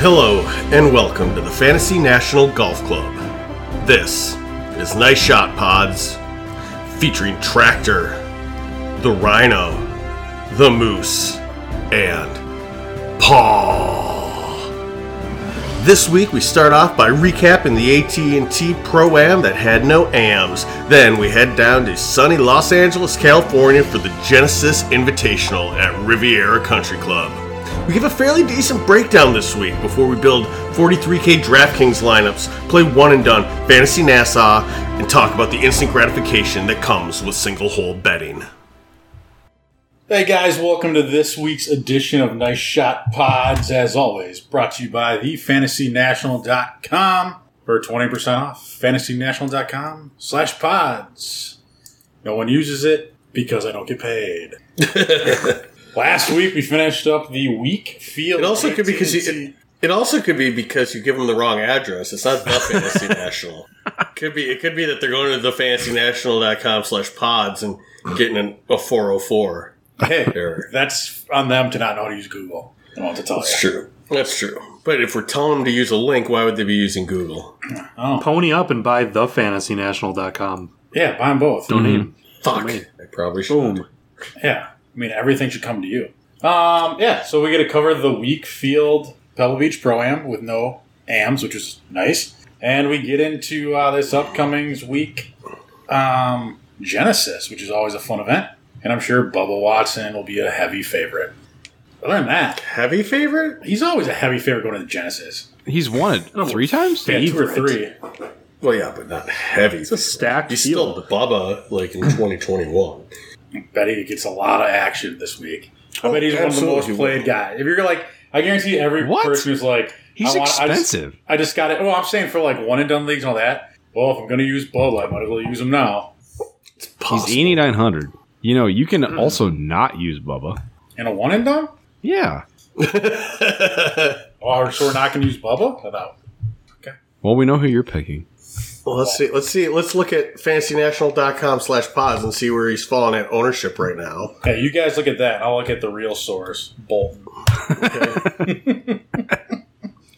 Hello, and welcome to the Fantasy National Golf Club. This is Nice Shot Pods, featuring Tractor, the Rhino, the Moose, and Paul. This week we start off by recapping the AT&T Pro-Am that had no AMs. Then we head down to sunny Los Angeles, California for the Genesis Invitational at Riviera Country Club. We give a fairly decent breakdown this week before we build 43k DraftKings lineups, play one and done fantasy Nassau, and talk about the instant gratification that comes with single hole betting. Hey guys, welcome to this week's edition of Nice Shot Pods. As always, brought to you by thefantasynational.com for 20% off. Fantasynational.com slash pods. No one uses it because I don't get paid. Last week we finished up the week field. It also could be because AT&T. you. It also could be because you give them the wrong address. It's not the Fantasy National. Could be. It could be that they're going to the fantasynational.com slash pods and getting an, a four hundred four hey, error. that's on them to not know how to use Google. I don't want to tell That's you. true. That's true. But if we're telling them to use a link, why would they be using Google? pony up and buy thefantasynational.com. Yeah, buy them both. Donate. them. Fuck. I probably should. Boom. Yeah. I mean, everything should come to you. Um, yeah, so we get to cover the week field Pebble Beach Pro Am with no AMs, which is nice. And we get into uh, this upcoming week um, Genesis, which is always a fun event. And I'm sure Bubba Watson will be a heavy favorite. Other than that, Heavy favorite? he's always a heavy favorite going to the Genesis. He's won it three times. Yeah, two or Favorite. three. Well, yeah, but not heavy. It's a stacked He's field. still Bubba, like in 2021. bet he gets a lot of action this week. I bet he's one of the Oh, absolutely most played will. guys. If you're like, I guarantee every What? person who's like, He's I I just- expensive. I just, got it. Oh, I'm saying for like one and done leagues and all that. Well, if I'm going to use Bud Light, I might as well use him now. He's eighty nine hundred. You know, you can also not use Bubba. And a one and done? Yeah. Oh, so we're not going to use Bubba? No, No. Well, we know who you're picking. Well, let's see. Let's see. Let's look at fantasynational.com slash pods and see where he's falling at ownership right now. Hey, you guys look at that. I'll look at the real source, Bolton.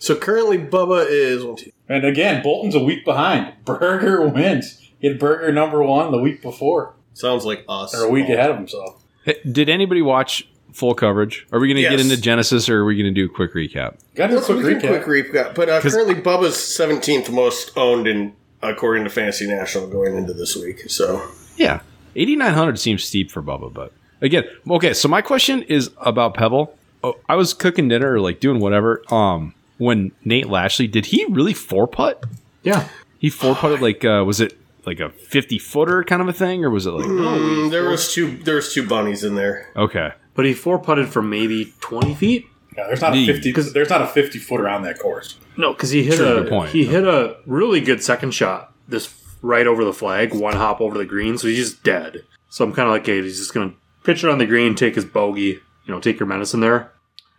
So currently, Bubba is one, two, And again, Bolton's a week behind. Burger wins. He had Burger number one the week before, sounds like us. or a week ahead of himself. Hey, Did anybody watch full coverage? Are we going to get Yes. into Genesis, or are we going to do a quick recap? Got to do a Let's quick quick recap. quick recap. But uh, 'Cause- currently, Bubba's seventeenth most owned in according to Fantasy National going into this week. So Yeah, eighty nine hundred seems steep for Bubba, but again, okay. So my question is about Pebble. Oh, I was cooking dinner, or like doing whatever. Um, when Nate Lashley did he really four putt? Yeah. He four putted like uh, was it like a fifty footer kind of a thing, or was it like Mm, there was two. There was two bunnies in there. okay? But he four putted from maybe 20 feet? Yeah, there's not a Knee. fifty. There's not a fifty footer on that course. No, because he hit True, a good point. he hit a really good second shot this right over the flag, one hop over the green, so he's just dead. So I'm kind of like, hey, he's just gonna pitch it on the green, take his bogey, you know, take your medicine there.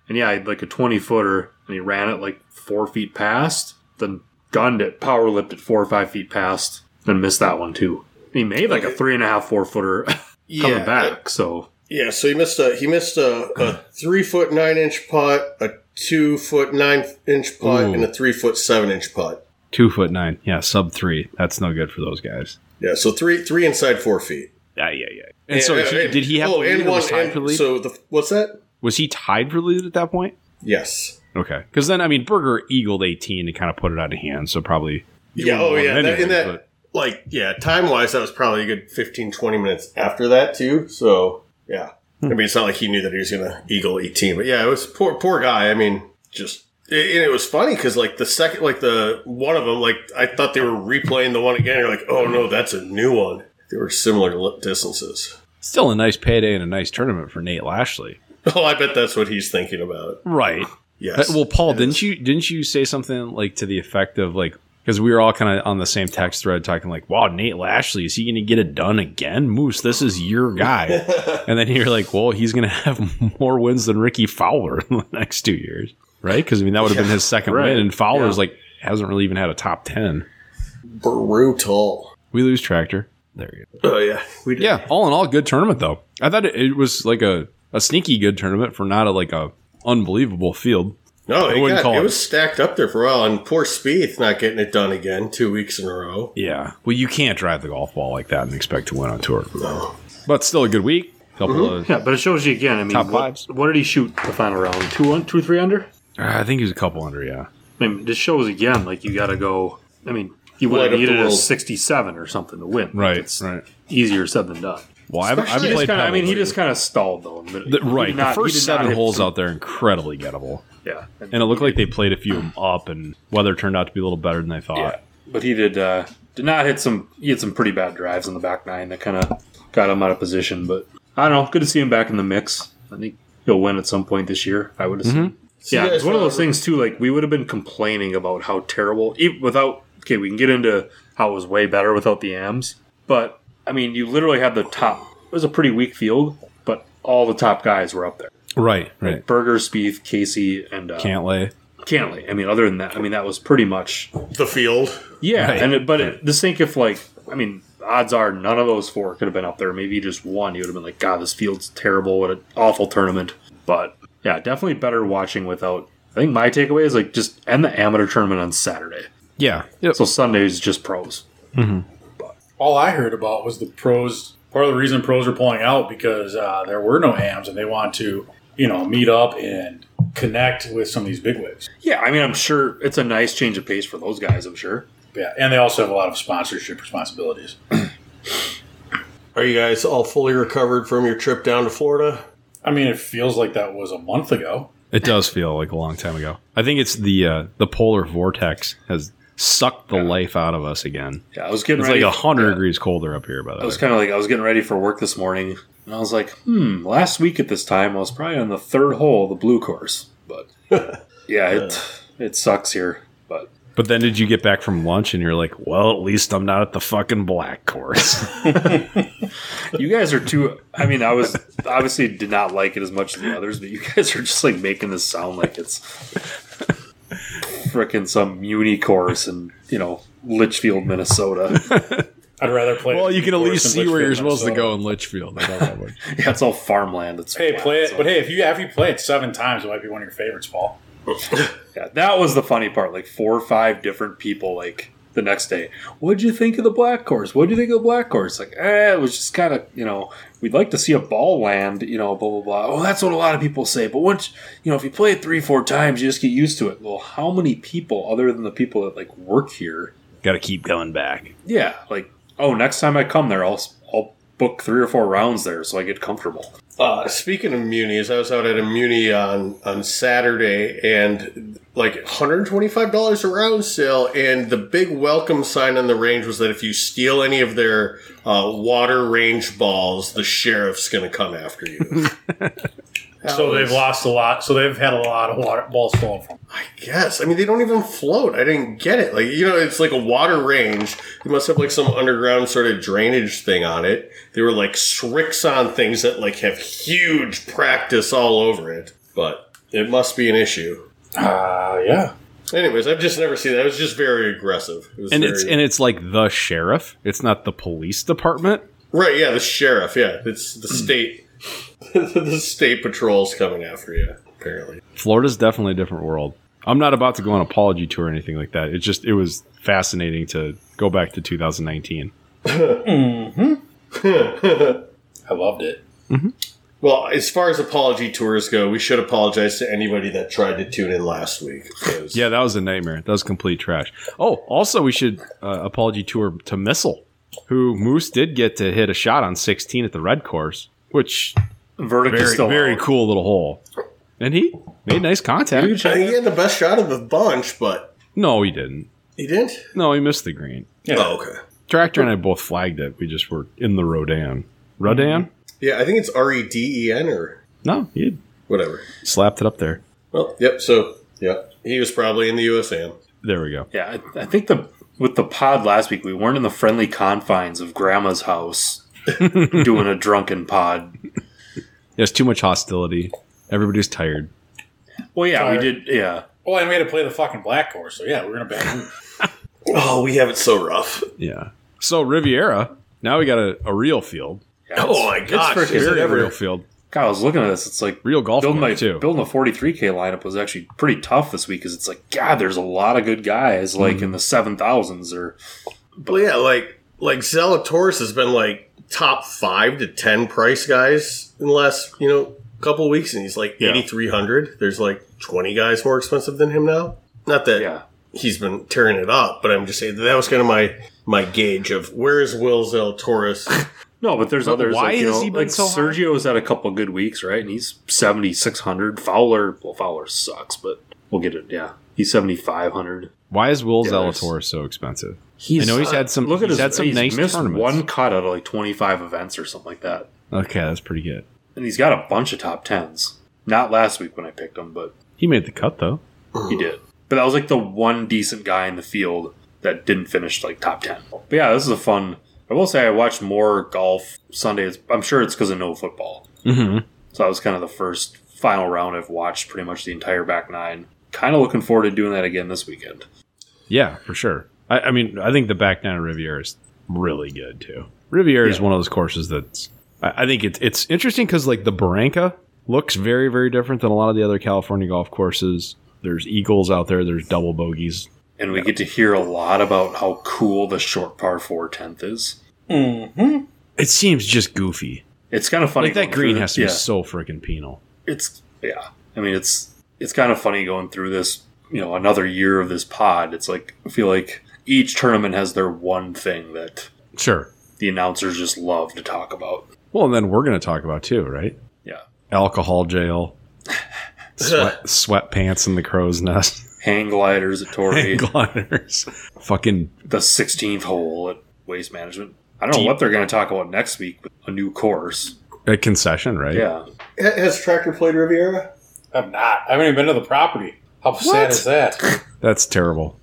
And yeah, he had like a 20 footer, and he ran it like four feet past, then gunned it, power lipped it four or five feet past, then missed that one too. He made like a three and a half, four footer coming Yeah, back. So Yeah. So he missed a he missed a, a three foot nine inch putt, a two foot nine inch putt, Ooh. and a three foot seven inch putt. Two foot nine. Yeah, sub three. That's no good for those guys. Yeah. So three three inside four feet. Yeah, yeah, yeah. And, so he, did he have oh, the lead and or one was tied and- for lead? so the what's that? was he tied for lead at that point? Yes. Okay. Because then, I mean, Berger eagled 18 and kind of put it out of hand. So probably. you yeah. wouldn't Oh, want yeah. him that, and anyway, that, like, yeah, time wise, that was probably a good 15, 20 minutes after that, too. So, yeah. Hmm. I mean, it's not like he knew that he was going to eagle 18, but yeah, it was poor, poor guy. I mean, just, and it was funny because, like, the second, like, the one of them, like, I thought they were replaying the one again. You're like, oh, no, that's a new one. They were similar li- distances. but still a nice payday and a nice tournament for Nate Lashley. Oh, I bet that's what he's thinking about. Right. Yes. Uh, well, Paul, didn't you didn't you say something like to the effect of like because we were all kind of on the same text thread talking like, wow, Nate Lashley is he going to get it done again? Moose, this is your guy. and then you're like, well, he's going to have more wins than Ricky Fowler in the next two years, right? Because I mean that would have been his second Right. win, and Fowler's Yeah. like hasn't really even had a top ten. brutal. We lose tractor. There you go. Oh, yeah. We did. Yeah, all in all, good tournament though. I thought it, it was like a, a sneaky good tournament for not a like a unbelievable field. No, I it, wouldn't got- call it it. was stacked up there for a while, and poor Spieth not getting it done again two weeks in a row. Yeah. Well, you can't drive the golf ball like that and expect to win on tour. But still a good week. Couple of, Yeah, but it shows you again. I mean, Top what, fives. what did he shoot the final round? Two one, two three under. Ah, I think he was a couple under. Yeah. I mean, this shows again. Like you got to go. I mean, you would Light up have the needed a world. sixty-seven or something to win. Like, Right. it's right. easier said than done. Well, I've, I've He just played. kinda- I mean, he Pebble. just kind of stalled though. But he The- did right. not- he the first did not seven hit holes through. out there are incredibly gettable, Yeah, and it looked like they played a few of 'em up, and weather turned out to be a little better than they thought. yeah. But he did uh, did not hit some. He had some pretty bad drives on the back nine that kind of got him out of position. But I don't know. Good to see him back in the mix. I think he'll win at some point this year. I would assume. So you yeah, guys it's one of thought- those things too. Like we would have been complaining about how terrible, even without. Okay, we can get into how it was way better without the AMs, but I mean, you literally had the top. It was a pretty weak field, but all the top guys were up there: Right. Right. Berger, Spieth, Casey, and uh, Can't lay. Cantley. I mean, other than that, I mean, that was pretty much The field. yeah, Right. and it, but it, just think if like I mean, odds are none of those four could have been up there. Maybe just one. You would have been like, God, this field's terrible. What an awful tournament. But yeah, definitely better watching without. I think my takeaway is like just end the amateur tournament on Saturday. Yeah. So Sunday's just pros. All I heard about was the pros. Part of the reason pros are pulling out because uh, there were no hams, and they want to, you know, meet up and connect with some of these big wigs. Yeah, I mean, I'm sure it's a nice change of pace for those guys. I'm sure. Yeah, and they also have a lot of sponsorship responsibilities. Are you guys all fully recovered from your trip down to Florida? I mean, it feels like that was a month ago. It does feel like a long time ago. I think it's the uh, the polar vortex has sucked the life out of us again. Yeah, I was getting It's ready. like hundred yeah. degrees colder up here. By the I was way, kind of like I was getting ready for work this morning, and I was like, hmm. Last week at this time, I was probably on the third hole, of the blue course, but yeah, it it sucks here. But but then did you get back from lunch and you're like, well, at least I'm not at the fucking black course. you guys are too. I mean, I was obviously did not like it as much as the others, but you guys are just like making this sound like it's frickin' some muni course in you know Litchfield, Minnesota. I'd rather play. well, it you can at worse least than see where you're Litchfield, supposed to Minnesota. go in Litchfield. I love that one. Yeah, it's all farmland. It's Hey, flat, play it. so- But hey, if you if you play it seven times, it might be one of your favorites, Paul. Yeah, that was the funny part. Like four or five different people, like the next day. What'd you think of the black course? What'd you think of the black course? Like, eh, it was just kind of, you know, we'd like to see a ball land, you know, blah, blah, blah. Oh, that's what a lot of people say. But once, you know, if you play it three, four times, you just get used to it. Well, how many people, other than the people that like work here, Got to keep going back. yeah, like, oh, next time I come there, I'll, I'll book three or four rounds there so I get comfortable. Uh, speaking of munis, I was out at a muni on on Saturday, and like one hundred twenty five dollars a round sale. And the big welcome sign on the range was that if you steal any of their uh, water range balls, the sheriff's going to come after you. That So they've was- lost a lot. So they've had a lot of water balls stolen from. them. I guess. I mean, they don't even float. I didn't get it. Like, you know, it's like a water range. They must have like some underground sort of drainage thing on it. They were like Srixon things that like have huge practice all over it. But it must be an issue. Uh, yeah. Anyways, I've just never seen that. It was just very aggressive. It was And very- it's and it's like the sheriff. It's not the police department. right, yeah, the sheriff. Yeah, it's the Mm. state. the state patrol's coming after you, apparently. Florida's definitely a different world. I'm not about to go on apology tour or anything like that. It just it was fascinating to go back to 2019. I loved it. Well, as far as apology tours go, we should apologize to anybody that tried to tune in last week. 'cause- Yeah, that was a nightmare. That was complete trash. Oh, also we should uh, apology tour to Missile, who Moose did get to hit a shot on 16 at the red course, which Verdict is very still very out. cool little hole. And he made nice contact. I think he had the best shot of the bunch, but No, he didn't. he didn't. No, he missed the green. Yeah. Oh, okay. Tractor and I both flagged it. We just were in the Rodan. Rodan? Yeah, I think it's R E D E N or No, he had whatever. slapped it up there. Well, yep. So, yep, he was probably in the USM. There we go. Yeah, I, I think the with the pod last week, we weren't in the friendly confines of Grandma's house doing a drunken pod. There's too much hostility. Everybody's tired. Well, yeah, Tired. we did. Yeah, Well, and we had to play the fucking black course. So yeah, we're gonna bang. Oh, we have it so rough. Yeah. So Riviera, now we got a, a real field. yeah Oh my gosh, frickin' is it Very ever? real field. God, I was looking at this. It's like Real golf building course, a, too. building a 43k lineup was actually pretty tough this week because it's like God, there's a lot of good guys like in the seven thousands or Well, yeah, like like Zalatoris has been like top five to ten price guys in the last you know couple weeks, and he's like Yeah. eighty three hundred. There's like twenty guys more expensive than him now. Not that yeah, he's been tearing it up, but I'm just saying that, that was kind of my my gauge of where is Will Zalatoris. no, but there's others. why like, you has know, he been like so high? Sergio's had a couple of good weeks, right? And he's seventy six hundred. Fowler, well, Fowler sucks, but we'll get it. Yeah, he's seventy five hundred. Why is Will Yeah, there's- Zalator so expensive? He's, uh, I know he's had some- Look at he's his, had some he's nice missed tournaments. one cut out of like twenty five events or something like that, Okay, that's pretty good. and he's got a bunch of top tens. Not last week when I picked him, but He made the cut though. He did. But that was like the one decent guy in the field that didn't finish like top 10. But yeah, this is a fun. I will say I watched more golf Sunday. It's- I'm sure it's because of no football. Mm-hmm. So that was kind of the first final round I've watched pretty much the entire back nine. Kind of looking forward to doing that again this weekend. Yeah, for sure. I, I mean, I think the back nine of Riviera is really good too. Riviera is Yeah. one of those courses that's. I, I think it's it's interesting because like the Barranca looks very very different than a lot of the other California golf courses. There's eagles out there. There's double bogeys. And we get to hear a lot about how cool the short par 4 10th is. Mm-hmm. It seems just goofy. It's kind of funny. Like that going green through- has to yeah. be so freaking penal. it's yeah. I mean, it's it's kind of funny going through this. You know, another year of this pod. It's like I feel like each tournament has their one thing that Sure. the announcers just love to talk about. Well, and then we're going to talk about too, right? Yeah, Alcohol jail, sweat, sweatpants in the crow's nest, hang gliders at Torrey, gliders, fucking the 16th hole at Waste Management. I don't know Deep. what they're going to talk about next week. But a new course. a concession, right? Yeah, Ha- Has Tractor played Riviera? I'm not. I haven't even been to the property. How sad is that? That's terrible.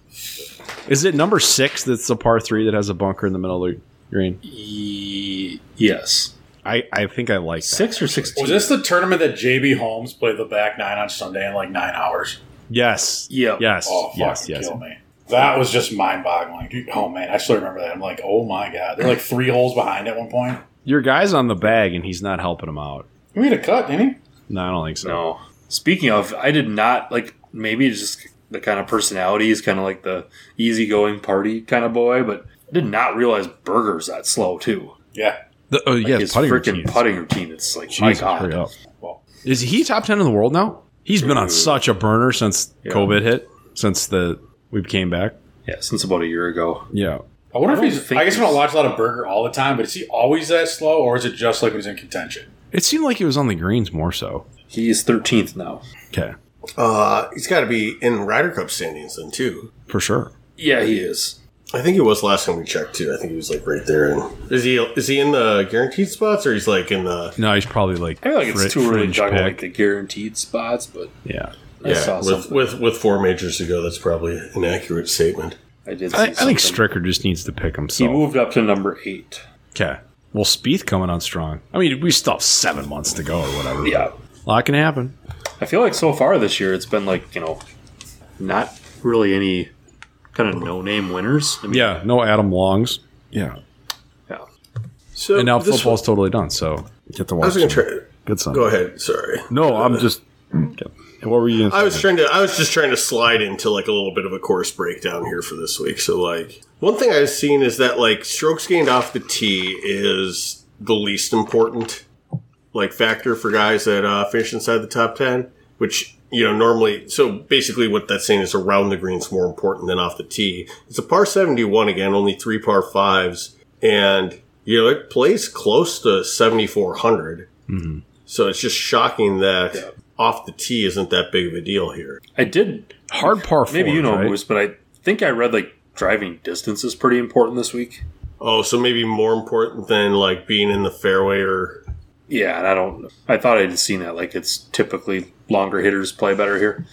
Is it number six that's a par three that has a bunker in the middle of the green? E- yes, I, I think I like that. six or Was sixteen. this the tournament that JB Holmes played the back nine on Sunday in like nine hours? Yes. Yep. Yes. Oh, fucking yes. Yes. kill me. That was just mind boggling. Dude, oh man, I still remember that. I'm like, oh my god, they're like three holes behind at one point. Your guy's on the bag and he's not helping him out. We had a cut, didn't he? No, I don't think so. No. Speaking of, I did not like. Maybe it's just the kind of personality is kind of like the easygoing party kind of boy, but I did not realize Burger's that slow too. Yeah. The- oh, Like yeah. his putting freaking routine. putting routine. It's like my Jesus, hurry god. up. Well, Is he top ten in the world now? He's been on Dude. such a burner since Yeah. COVID hit, since the we came back. Yeah, since about a year ago. Yeah. I wonder I if don't he's. think I guess we he's- don't watch a lot of Burger all the time, but is he always that slow, or is it just like when he's in contention? It seemed like he was on the greens more so. He is thirteenth now. Okay. Uh, he's got to be in Ryder Cup standings then too. For sure. Yeah, he is. I think he was last time we checked too. I think he was like right there. And is he is he in the guaranteed spots or he's like in the No, he's probably like. I feel like it's fri- too early to fringe talk about pick. like the guaranteed spots, but yeah. I saw yeah with, something. with with four majors to go? That's probably an accurate statement. I did. See I, I something. think Stricker just needs to pick He himself. moved up to number eight. Okay. Well, Spieth coming on strong. I mean, we still have seven months to go or whatever. Yeah. A lot can happen. I feel like so far this year it's been like, you know, not really any kind of no name winners. I mean, Yeah. No Adam Longs. Yeah. yeah. So And now this football's totally done. So get the I was watch. going some to try. Good son. Go ahead. Sorry. No, I'm just. What were you going I was trying to. I was just trying to slide into like a little bit of a course breakdown here for this week. So like one thing I've seen is that like strokes gained off the tee is the least important like factor for guys that uh, finish inside the top ten, which you know normally. So basically, what that's saying is around the green's more important than off the tee. It's a par seventy one again, only three par fives, and you know it plays close to seventy four hundred. So it's just shocking that off the tee isn't that big of a deal here. I did. Hard par four. Maybe you know, right? Moose, but I think I read like driving distance is pretty important this week. Oh, so maybe more important than like being in the fairway or Yeah, and I don't. I thought I would seen that. Like it's typically longer hitters play better here.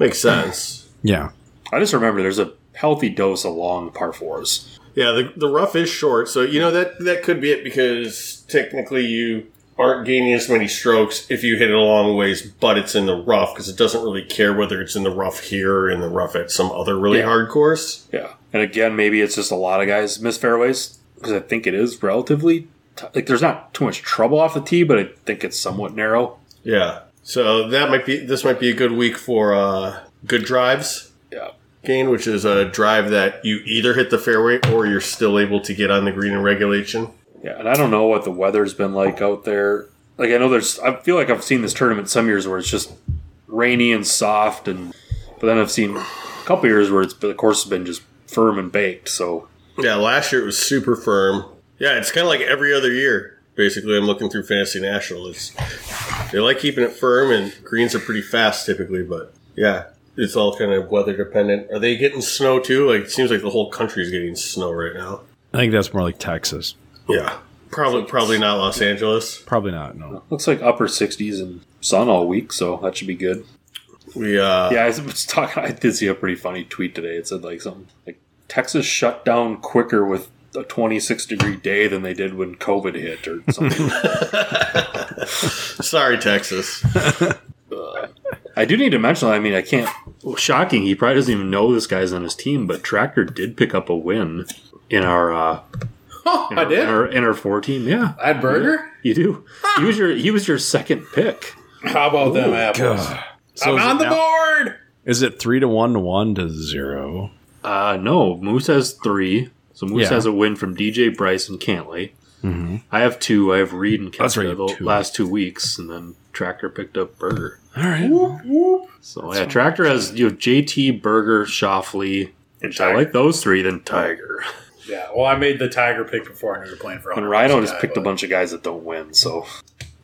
makes sense. Yeah. I just remember there's a healthy dose of long par fours. Yeah, the, the rough is short, so you know that that could be it because technically you aren't gaining as many strokes if you hit it a long ways, but it's in the rough because it doesn't really care whether it's in the rough here or in the rough at some other really Yeah. hard course. Yeah, and again, maybe it's just a lot of guys miss fairways because I think it is relatively t- like there's not too much trouble off the tee, but I think it's somewhat narrow. Yeah. So that might be this might be a good week for uh, good drives. Yeah. Gain, which is a drive that you either hit the fairway or you're still able to get on the green in regulation. Yeah, and I don't know what the weather's been like out there. Like I know there's I feel like I've seen this tournament some years where it's just rainy and soft and but then I've seen a couple years where it's the course has been just firm and baked, so Yeah, last year it was super firm. Yeah, it's kind of like every other year. Basically, I'm looking through Fantasy National. It's they like keeping it firm, and greens are pretty fast typically. But yeah, it's all kind of weather dependent. Are they getting snow too? Like it seems like the whole country's getting snow right now. I think that's more like Texas. Yeah, probably probably not Los Angeles. Probably not. No. looks like upper 60s and sun all week, so that should be good. We uh, Yeah, I was talking. I did see a pretty funny tweet today. It said like something like Texas shut down quicker with a 26 degree day than they did when COVID hit or something. sorry Texas. I do need to mention. I mean, I can't. Well, shocking. He probably doesn't even know this guy's on his team, but Tractor did pick up a win in our uh, in I our, in did. our, in our four team. Yeah, I had burger. you do. He was your he was your second pick. How about them apples? So I'm is, on it the now- board. is it three to one to one to zero? Uh, no, Moose has three. So Moose Yeah. has a win from DJ Bryce and Cantley. I have two. I have Reed and That's right, Kessler the you have two. last two weeks, and then Tractor picked up Burger. All right. So yeah, Tractor has you know, JT Burger, Shoffley. And I like those three. Then Tiger. Yeah. Well, I made the tiger pick before I knew you were playing for. And $100 Rhino a just guy, picked a but- bunch of guys that don't win. So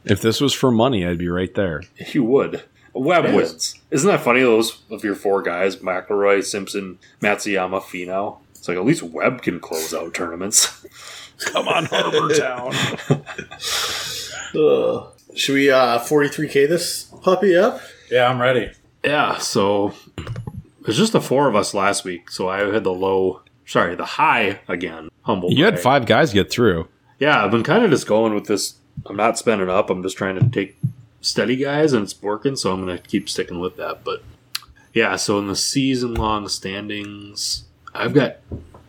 If this was for money, I'd be right there. you would. Webb Yeah. wins. Isn't that funny? Those of your four guys: McElroy, Simpson, Matsuyama, Finau. It's like at least Webb can close out tournaments. Come on, Harbor Town. Ugh. Should we uh 43k this puppy up? Yeah, I'm ready. Yeah, so it's just the four of us last week. So I had the low, sorry, the high again. Humble. You had brag. five guys get through. Yeah, I've been kind of just going with this. I'm not spending up. I'm just trying to take steady guys, and it's working. So I'm gonna keep sticking with that. But yeah, so in the season long standings, I've got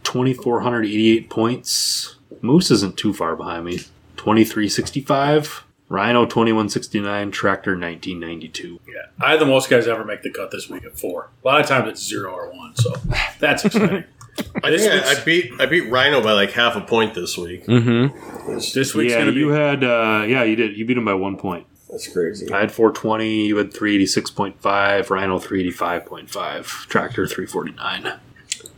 2,488 points. Moose isn't too far behind me. 2365. Rhino 2169. Tractor 1992. Yeah, I had the most guys ever make the cut this week at four. A lot of times it's zero or one, so that's exciting. I This think I, week's- I beat I beat Rhino by like half a point this week. Mm-hmm. this week's yeah, gonna be you had uh, yeah, you did. You beat him by one point. That's crazy. I had 420. You had 386.5. Rhino 385.5. Tractor 349.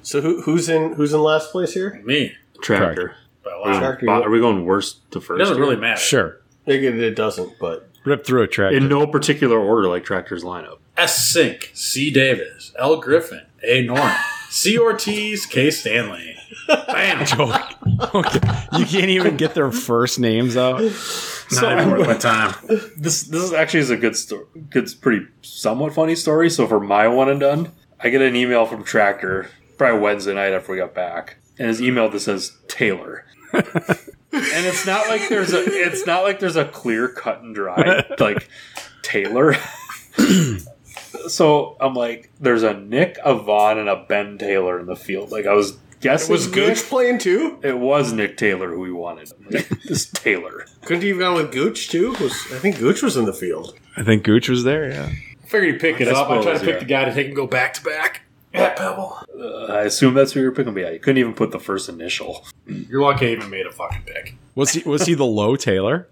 So who, who's in who's in last place here? me. Tractor. By a Are we lot. Tractor. going- Are we going worst to It first? doesn't here? really matter. Sure. Maybe it doesn't, but Rip through a track. in no particular order, like Tractor's lineup. S. Sink, C. Davis, L. Griffin, A. Norman, C. Ortiz, K. Stanley. Bam! okay. You can't even get their first names out. Not even worth my time. This this is actually is a good story. Good, pretty somewhat funny story. So for my one and done, I get an email from Tractor probably Wednesday night after we got back, and his email that says Taylor. and it's not like there's a it's not like there's a clear cut and dry like Taylor. so I'm like, there's a Nick Avon and a Ben Taylor in the field. Like I was guessing was Nick. Gooch playing too? It was Nick Taylor who we wanted. this Taylor. Couldn't he have gone with Gooch too? Was I think Gooch was in the field. I think Gooch was there. Yeah. Figured he'd pick it I up. I tried suppose, to pick yeah. the guy to take him go back to back. Yeah, Pebble. Uh, I assume that's who you were picking. But yeah, you couldn't even put the first initial. You're lucky I even made a fucking pick. Was he? Was he the low Taylor?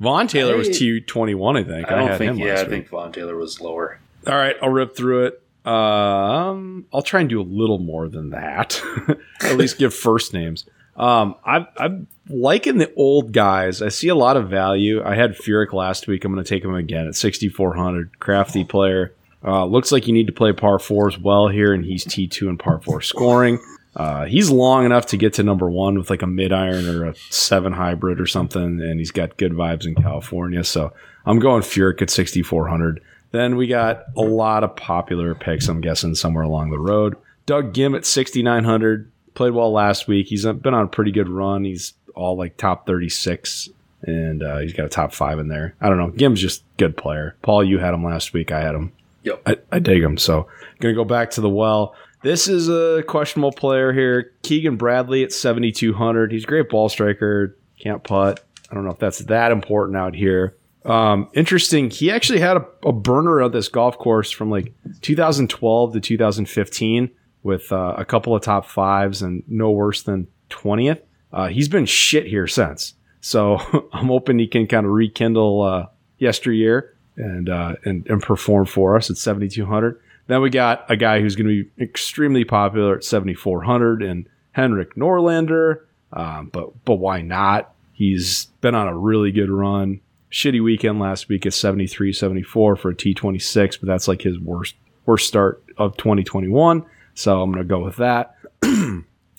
Vaughn Taylor was two twenty one. I think. I don't had think. him Yeah, last I think Von Taylor was lower. All right, I'll rip through it. Um, I'll try and do a little more than that. At least give first names. Um, I'm, I'm liking the old guys. I see a lot of value. I had Furyk last week. I'm going to take him again at 6,400. Crafty player. Uh, looks like you need to play par fours well here, and he's T2 and par four scoring. Uh, he's long enough to get to number one with like a mid iron or a seven hybrid or something, and he's got good vibes in California. So I'm going Furyk at 6,400. Then we got a lot of popular picks, I'm guessing, somewhere along the road. Doug Gim at 6,900. Played well last week. He's been on a pretty good run. He's all like top 36, and uh, he's got a top five in there. I don't know. Gim's just a good player. Paul, you had him last week. I had him. Yep. I, I dig him. So going to go back to the well. This is a questionable player here. Keegan Bradley at 7,200. He's a great ball striker. Can't putt. I don't know if that's that important out here. Um, interesting. He actually had a, a burner of this golf course from like 2012 to 2015 with uh, a couple of top fives and no worse than 20th. Uh, he's been shit here since. So I'm hoping he can kind of rekindle uh, yesteryear and, uh, and and perform for us at 7,200. Then we got a guy who's going to be extremely popular at 7,400 and Henrik Norlander. Um, but but why not? He's been on a really good run. Shitty weekend last week at 73, 74 for a T26, but that's like his worst worst start of 2021. So I'm going to go with that.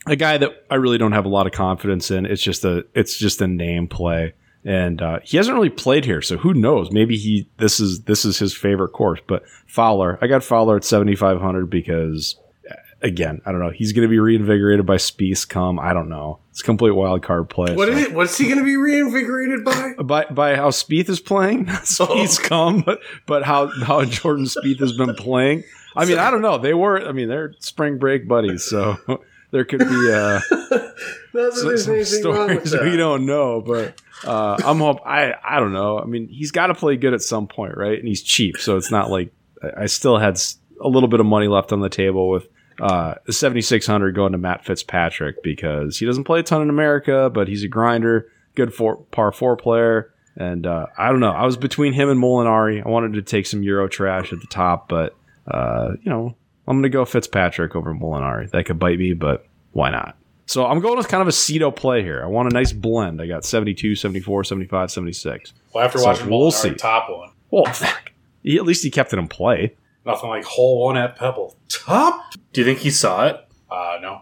a guy that I really don't have a lot of confidence in. It's just a it's just a name play, and uh, he hasn't really played here, so who knows? Maybe he this is this is his favorite course. But Fowler, I got Fowler at seventy five hundred because uh, again, I don't know. He's going to be reinvigorated by Spieth. Come, I don't know. It's a complete wild card play. What so. is it? What's he going to be reinvigorated by? By, by how Spieth is playing, not Spieth's come, but, but how how Jordan Spieth has been playing. I mean, I don't know. They were, I mean, they're spring break buddies, so there could be uh, Not that so- there's some anything wrong with stories that. we don't know, but uh, I'm hope I I don't know. I mean, he's got to play good at some point, right? And he's cheap, so it's not like I I still had s- a little bit of money left on the table with uh, 7600 going to Matt Fitzpatrick because he doesn't play a ton in America, but he's a grinder, good for par four player. And uh, I don't know. I was between him and Molinari. I wanted to take some Euro trash at the top, but uh, you know, I'm going to go Fitzpatrick over Molinari. That could bite me, but why not? So I'm going with kind of a Cedo play here. I want a nice blend. I got 72, 74, 75, 76. Well, after So watching we'll Molinari see. top one, Well, fuck. He, at least he kept it in play. nothing like hole one at Pebble. Top? Do you think he saw it? Uh, no.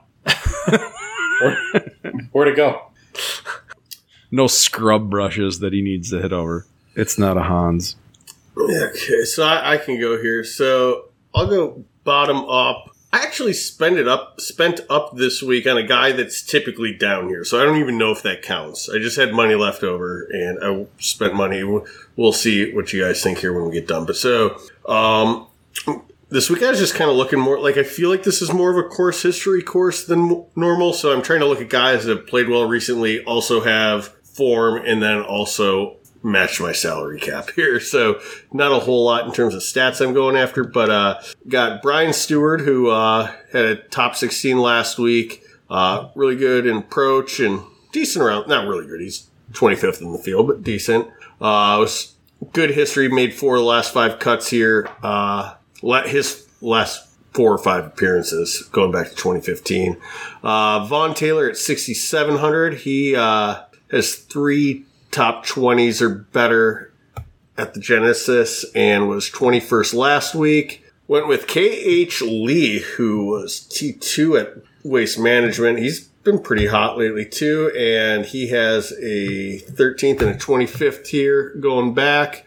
Where, where'd it go? No scrub brushes that he needs to hit over. It's not a Hans. Okay, so I, I can go here. So I'll go bottom up. I actually spent it up, spent up this week on a guy that's typically down here. So I don't even know if that counts. I just had money left over, and I spent money. We'll- We'll see what you guys think here when we get done. But so um, this week I was just kind of looking more like I feel like this is more of a course history course than m- normal. So I'm trying to look at guys that have played well recently, also have form, and then also match my salary cap here. So not a whole lot in terms of stats I'm going after, but uh, got Brian Stewart who uh, had a top 16 last week. Uh, really good in approach and decent around. Not really good. He's 25th in the field, but decent. Uh, was good history. Made four of the last five cuts here. Uh, la- his last four or five appearances going back to 2015. Uh, Von Taylor at 6,700. He uh, has three top 20s or better at the Genesis and was 21st last week. Went with KH Lee, who was T2 at Waste Management. He's been pretty hot lately, too, and he has a 13th and a 25th here going back.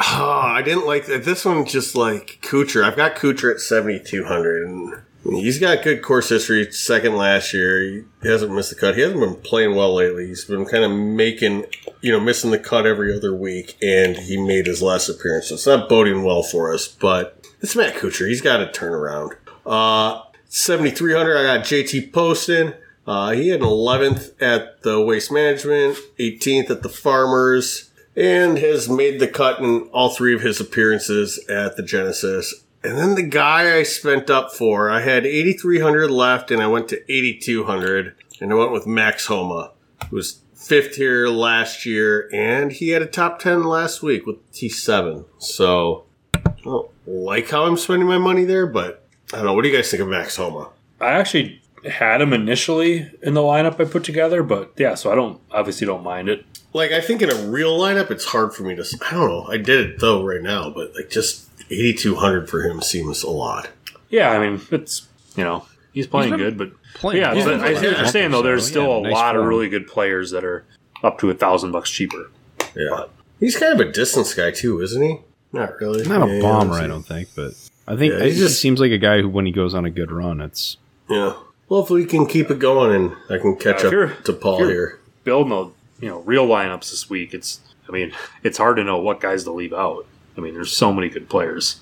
Ah, I didn't like that. This one just like Kucher. I've got Kucher at 7,200, and he's got good course history. It's Second last year. He hasn't missed the cut. He hasn't been playing well lately. He's been kind of making, you know, missing the cut every other week, and he made his last appearance. So it's not boding well for us, but it's Matt Kucher. He's got a turnaround. Uh, 7,300, I got JT Poston. Uh, he had an 11th at the Waste Management, 18th at the Farmers, and has made the cut in all three of his appearances at the Genesis. And then the guy I spent up for, I had 8,300 left and I went to 8,200 and I went with Max Homa, who was fifth here last year and he had a top 10 last week with T7. So, I don't like how I'm spending my money there, but I don't know. What do you guys think of Max Homa? I actually had him initially in the lineup I put together, but yeah, so I don't obviously don't mind it. Like, I think in a real lineup, it's hard for me to. I don't know. I did it though right now, but like just 8,200 for him seems a lot. Yeah, I mean it's you know he's playing good, but Playing yeah, well. but I hear what you're saying though. There's Yeah, still a nice lot of form. really good players that are up to a thousand bucks cheaper. Yeah. He's kind of a distance guy too, isn't he? Not really. Not a Yeah, bomber, yeah, I don't think, but I think Yeah, he he's just just- seems like a guy who, when he goes on a good run, it's Yeah. Well, if we can keep it going and I can catch Yeah, if you're- up to Paul if you're- here. Building the you know real lineups this week, it's I mean it's hard to know what guys to leave out. I mean there's so many good players.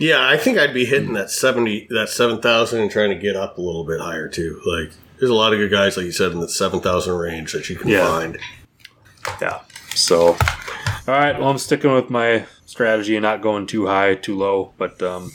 Yeah, I think I'd be hitting that 70, that 7,000 and trying to get up a little bit higher too. Like, There's a lot of good guys, like you said, in the 7,000 range that you can Yeah. find. Yeah. So, all right. Well, I'm sticking with my strategy and not going too high, too low, but um,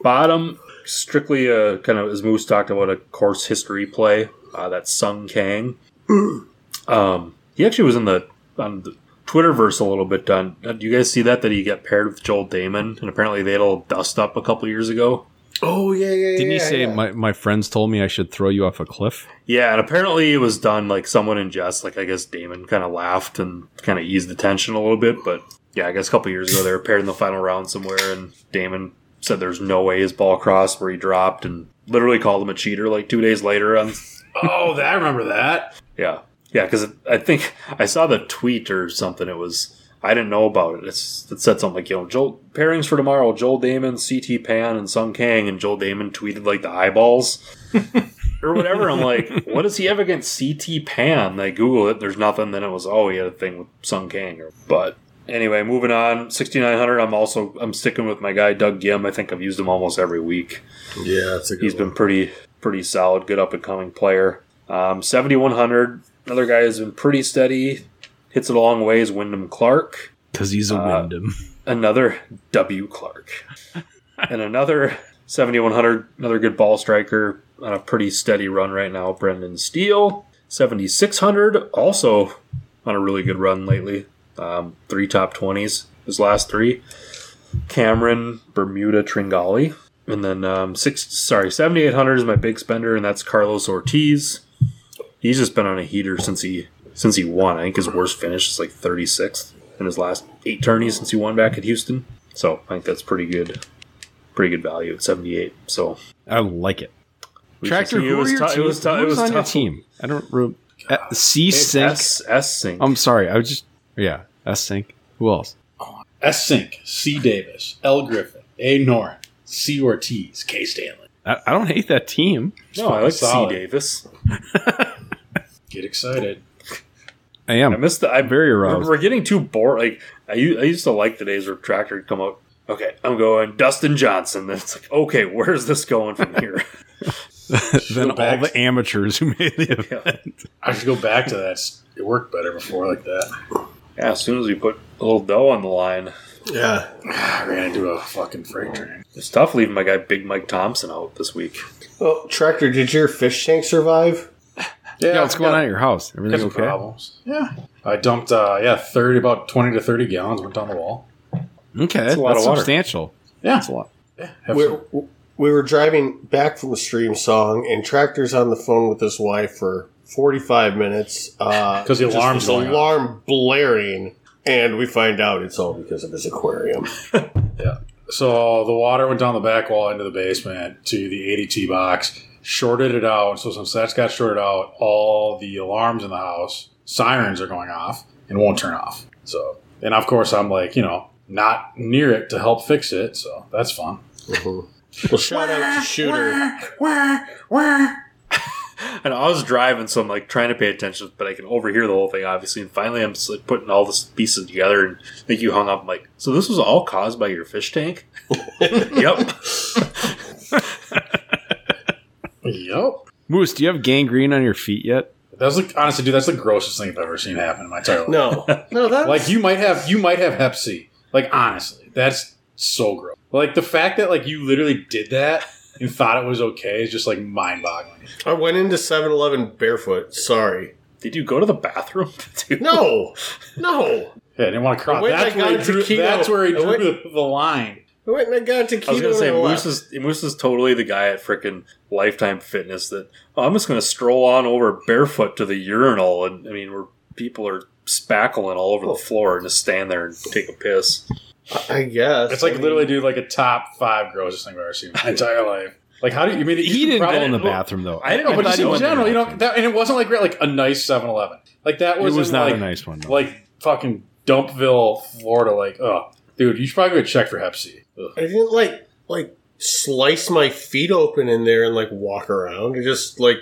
bottom strictly a kind of as Moose talked about a course history play. Uh, that's Sung Kang. um, he actually was in the on the Twitterverse a little bit. Done. Uh, Do you guys see that that he got paired with Joel Damon, and apparently they had a little dust up a couple years ago. Oh, yeah, yeah, yeah. Didn't he yeah, say yeah. my, my friends told me I should throw you off a cliff? Yeah, and apparently it was done like someone in jest. Like I guess Damon kind of laughed and kind of eased the tension a little bit. But yeah, I guess a couple years ago they were paired in the final round somewhere, and Damon said there's no way his ball crossed where he dropped, and literally called him a cheater like two days later. On Oh, that, I remember that. yeah, yeah, because I think I saw the tweet or something. It was I didn't know about it. It's, it said something like you know Joel pairings for tomorrow: Joel Damon, CT Pan, and Sung Kang. And Joel Damon tweeted like the eyeballs. or whatever. I'm like, what does he have against CT Pan? I Google it. There's nothing. Then it was, oh, he had a thing with Sung Kang. Or, but anyway, moving on. 6900. I'm also I'm sticking with my guy Doug Gim. I think I've used him almost every week. Yeah, that's a good He's one. been pretty pretty solid, good up and coming player. Um, 7100. Another guy has been pretty steady. Hits it a long ways. Wyndham Clark Because he's a Uh, Wyndham. another W. Clark, and another 7100, another good ball striker on a pretty steady run right now. Brendan Steele, 7600, also on a really good run lately. Um, three top 20s, his last three. Cameron, Bermuda, Tringali. And then um, six, sorry, 7800 is my big spender, and that's Carlos Ortiz. He's just been on a heater since he since he won. I think his worst finish is like 36th in his last eight tourneys since he won back at Houston. So I think that's pretty good, pretty good value at 78. So I like it. we shall Tractor, see. who it was are your tou- team? It was, tou- it Who's was on your tough. team? I don't remember. C It's Sync. S S sync. I'm sorry. I was just. Yeah. S Sync. Who else? S. Sink, C. Davis, L. Griffin, A. Norin, C. Ortiz, K. Stanley. I, I don't hate that team. no, Oh, I like solid. C Davis. Get excited. I I am. missed the. I very We're, aroused. we're getting too bored. Like I, u- I used to like the days where Tractor would come up. Okay, I'm going Dustin Johnson. Then it's like, okay, where's this going from here? then Go back. all the amateurs who made the event. yeah. I should go back to that. It worked better before like that. yeah, as soon as we put a little dough on the line, yeah. I ran into a fucking freight train. it's tough leaving my guy Big Mike Thompson out this week. Well, Tractor, did your fish tank survive? Yeah, what's going yeah. on at your house? Got Everything some okay? problems. Yeah. I dumped, uh, yeah, 30, about 20 to 30 gallons, went down the wall. Okay, a lot that's of water. substantial. Yeah. That's a lot. Have we some- we were driving back from the stream song, and Tractor's on the phone with his wife for 45 minutes. Because 'Cause the alarm's going off. alarm blaring, and we find out it's all because of his aquarium. So the water went down the back wall into the basement to the ADT box, shorted it out. So since that's got shorted out, all the alarms in the house, sirens are going off and won't turn off. So, and of course, I'm like, you know, not near it to help fix it. So that's fun. Well, shout out to Shooter. And I was driving, so I'm like trying to pay attention, but I can overhear the whole thing, obviously. And finally, I'm just like putting all the pieces together, and I think you hung up. I'm like, so this was all caused by your fish tank? yep. Yep. Moose, do you have gangrene on your feet yet? That's like honestly, dude, that's the grossest thing I've ever seen happen in my entire life. No, no, that Like you might have you might have Hep C. Like honestly, that's so gross. Like the fact that like you literally did that and thought it was okay is just like mind boggling. I went into 7-Eleven barefoot. Sorry. Did you go to the bathroom? Dude? No, no. Yeah, I didn't want to cross. The way That's that guy where, he drew, tequila- that's where he the drew way- the, the line. I went and I got a I tequila. was gonna say and I Moose left. is Moose is totally the guy at frickin' Lifetime Fitness that oh, I'm just gonna stroll on over barefoot to the urinal, and I mean, where people are spackling all Oh. over the floor and just stand there and take a piss. I guess. It's like I mean, literally, dude, like a top five grossest thing I've ever seen in my entire life. Like, how do you, I mean, He you didn't probably- go in the bathroom though. I didn't No, know, but but I just in went to the general, you know, bathroom. that, and it wasn't like like a nice 7 Eleven. Like, that it was, was not like, a nice one. Though. Like, fucking Dumpville, Florida. Like, oh, dude, you should probably go check for Hep C. Ugh. I didn't like like slice my feet open in there and like walk around. I just like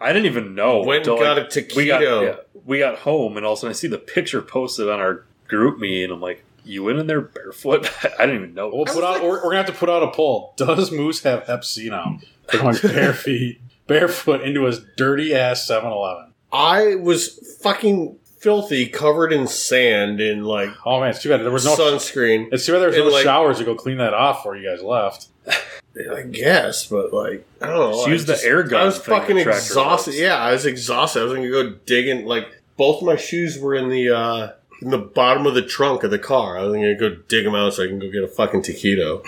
I didn't even know. went until, and got like, a taquito. we got yeah, we got home, and all of a sudden I see the picture posted on our group me, and I'm like, "You went in there barefoot? I didn't even know." We'll put out, we're, we're going to have to put out a poll. Does Moose have Hep C now? They're going bare feet barefoot into his dirty ass 7 Eleven. I was fucking filthy, covered in sand and like Oh man, it's too bad there was no. sunscreen. it's too bad there was and, no like- showers to go clean that off before you guys left. I guess, but like I don't know. Just I use the air gun I was thing fucking to track your exhausted. routes. Yeah, I was exhausted. I was gonna go digging. Like both my shoes were in the uh in the bottom of the trunk of the car. I was gonna go dig them out so I can go get a fucking taquito.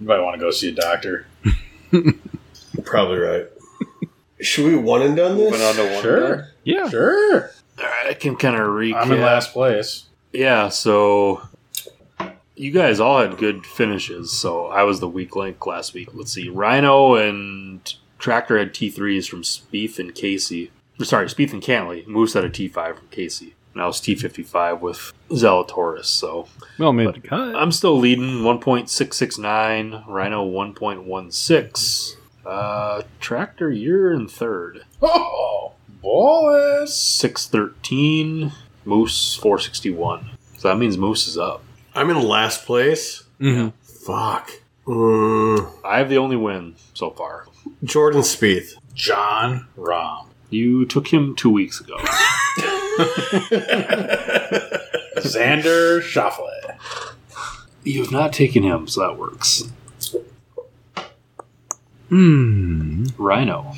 You might want to go see a doctor. You're probably right. Should we one and done this? Moving on to one. Sure, Yeah. sure. All right, I can kind of recap. I'm in last place. Yeah, so you guys all had good finishes. So I was the weak link last week. Let's see, Rhino and Tractor had T threes from Spieth and Casey. Or Sorry, Spieth and Cantley. Moose had a T five from Casey. And I was T fifty five with Zalatoris. So Well, made the cut. I'm still leading one point six six nine. Rhino one point one six. Uh, Tractor, you're in third. Oh, ballless. Six thirteen. Moose four sixty one. So that means Moose is up. I'm in last place. Mhm. Fuck. Mm, I have the only win so far. Jordan Spieth. John Rom. You took him two weeks ago. Xander Schauffele. You've not taken him, so that works. Hmm. Rhino.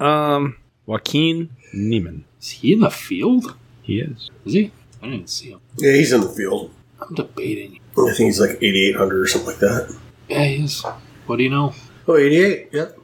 Um, Joaquin Neiman. Is he in the field? He is. Is he? I didn't see him. Yeah, he's in the field. I'm debating. I think he's like 8,800 or something like that. Yeah, he is. What do you know? Oh, 88. Yep.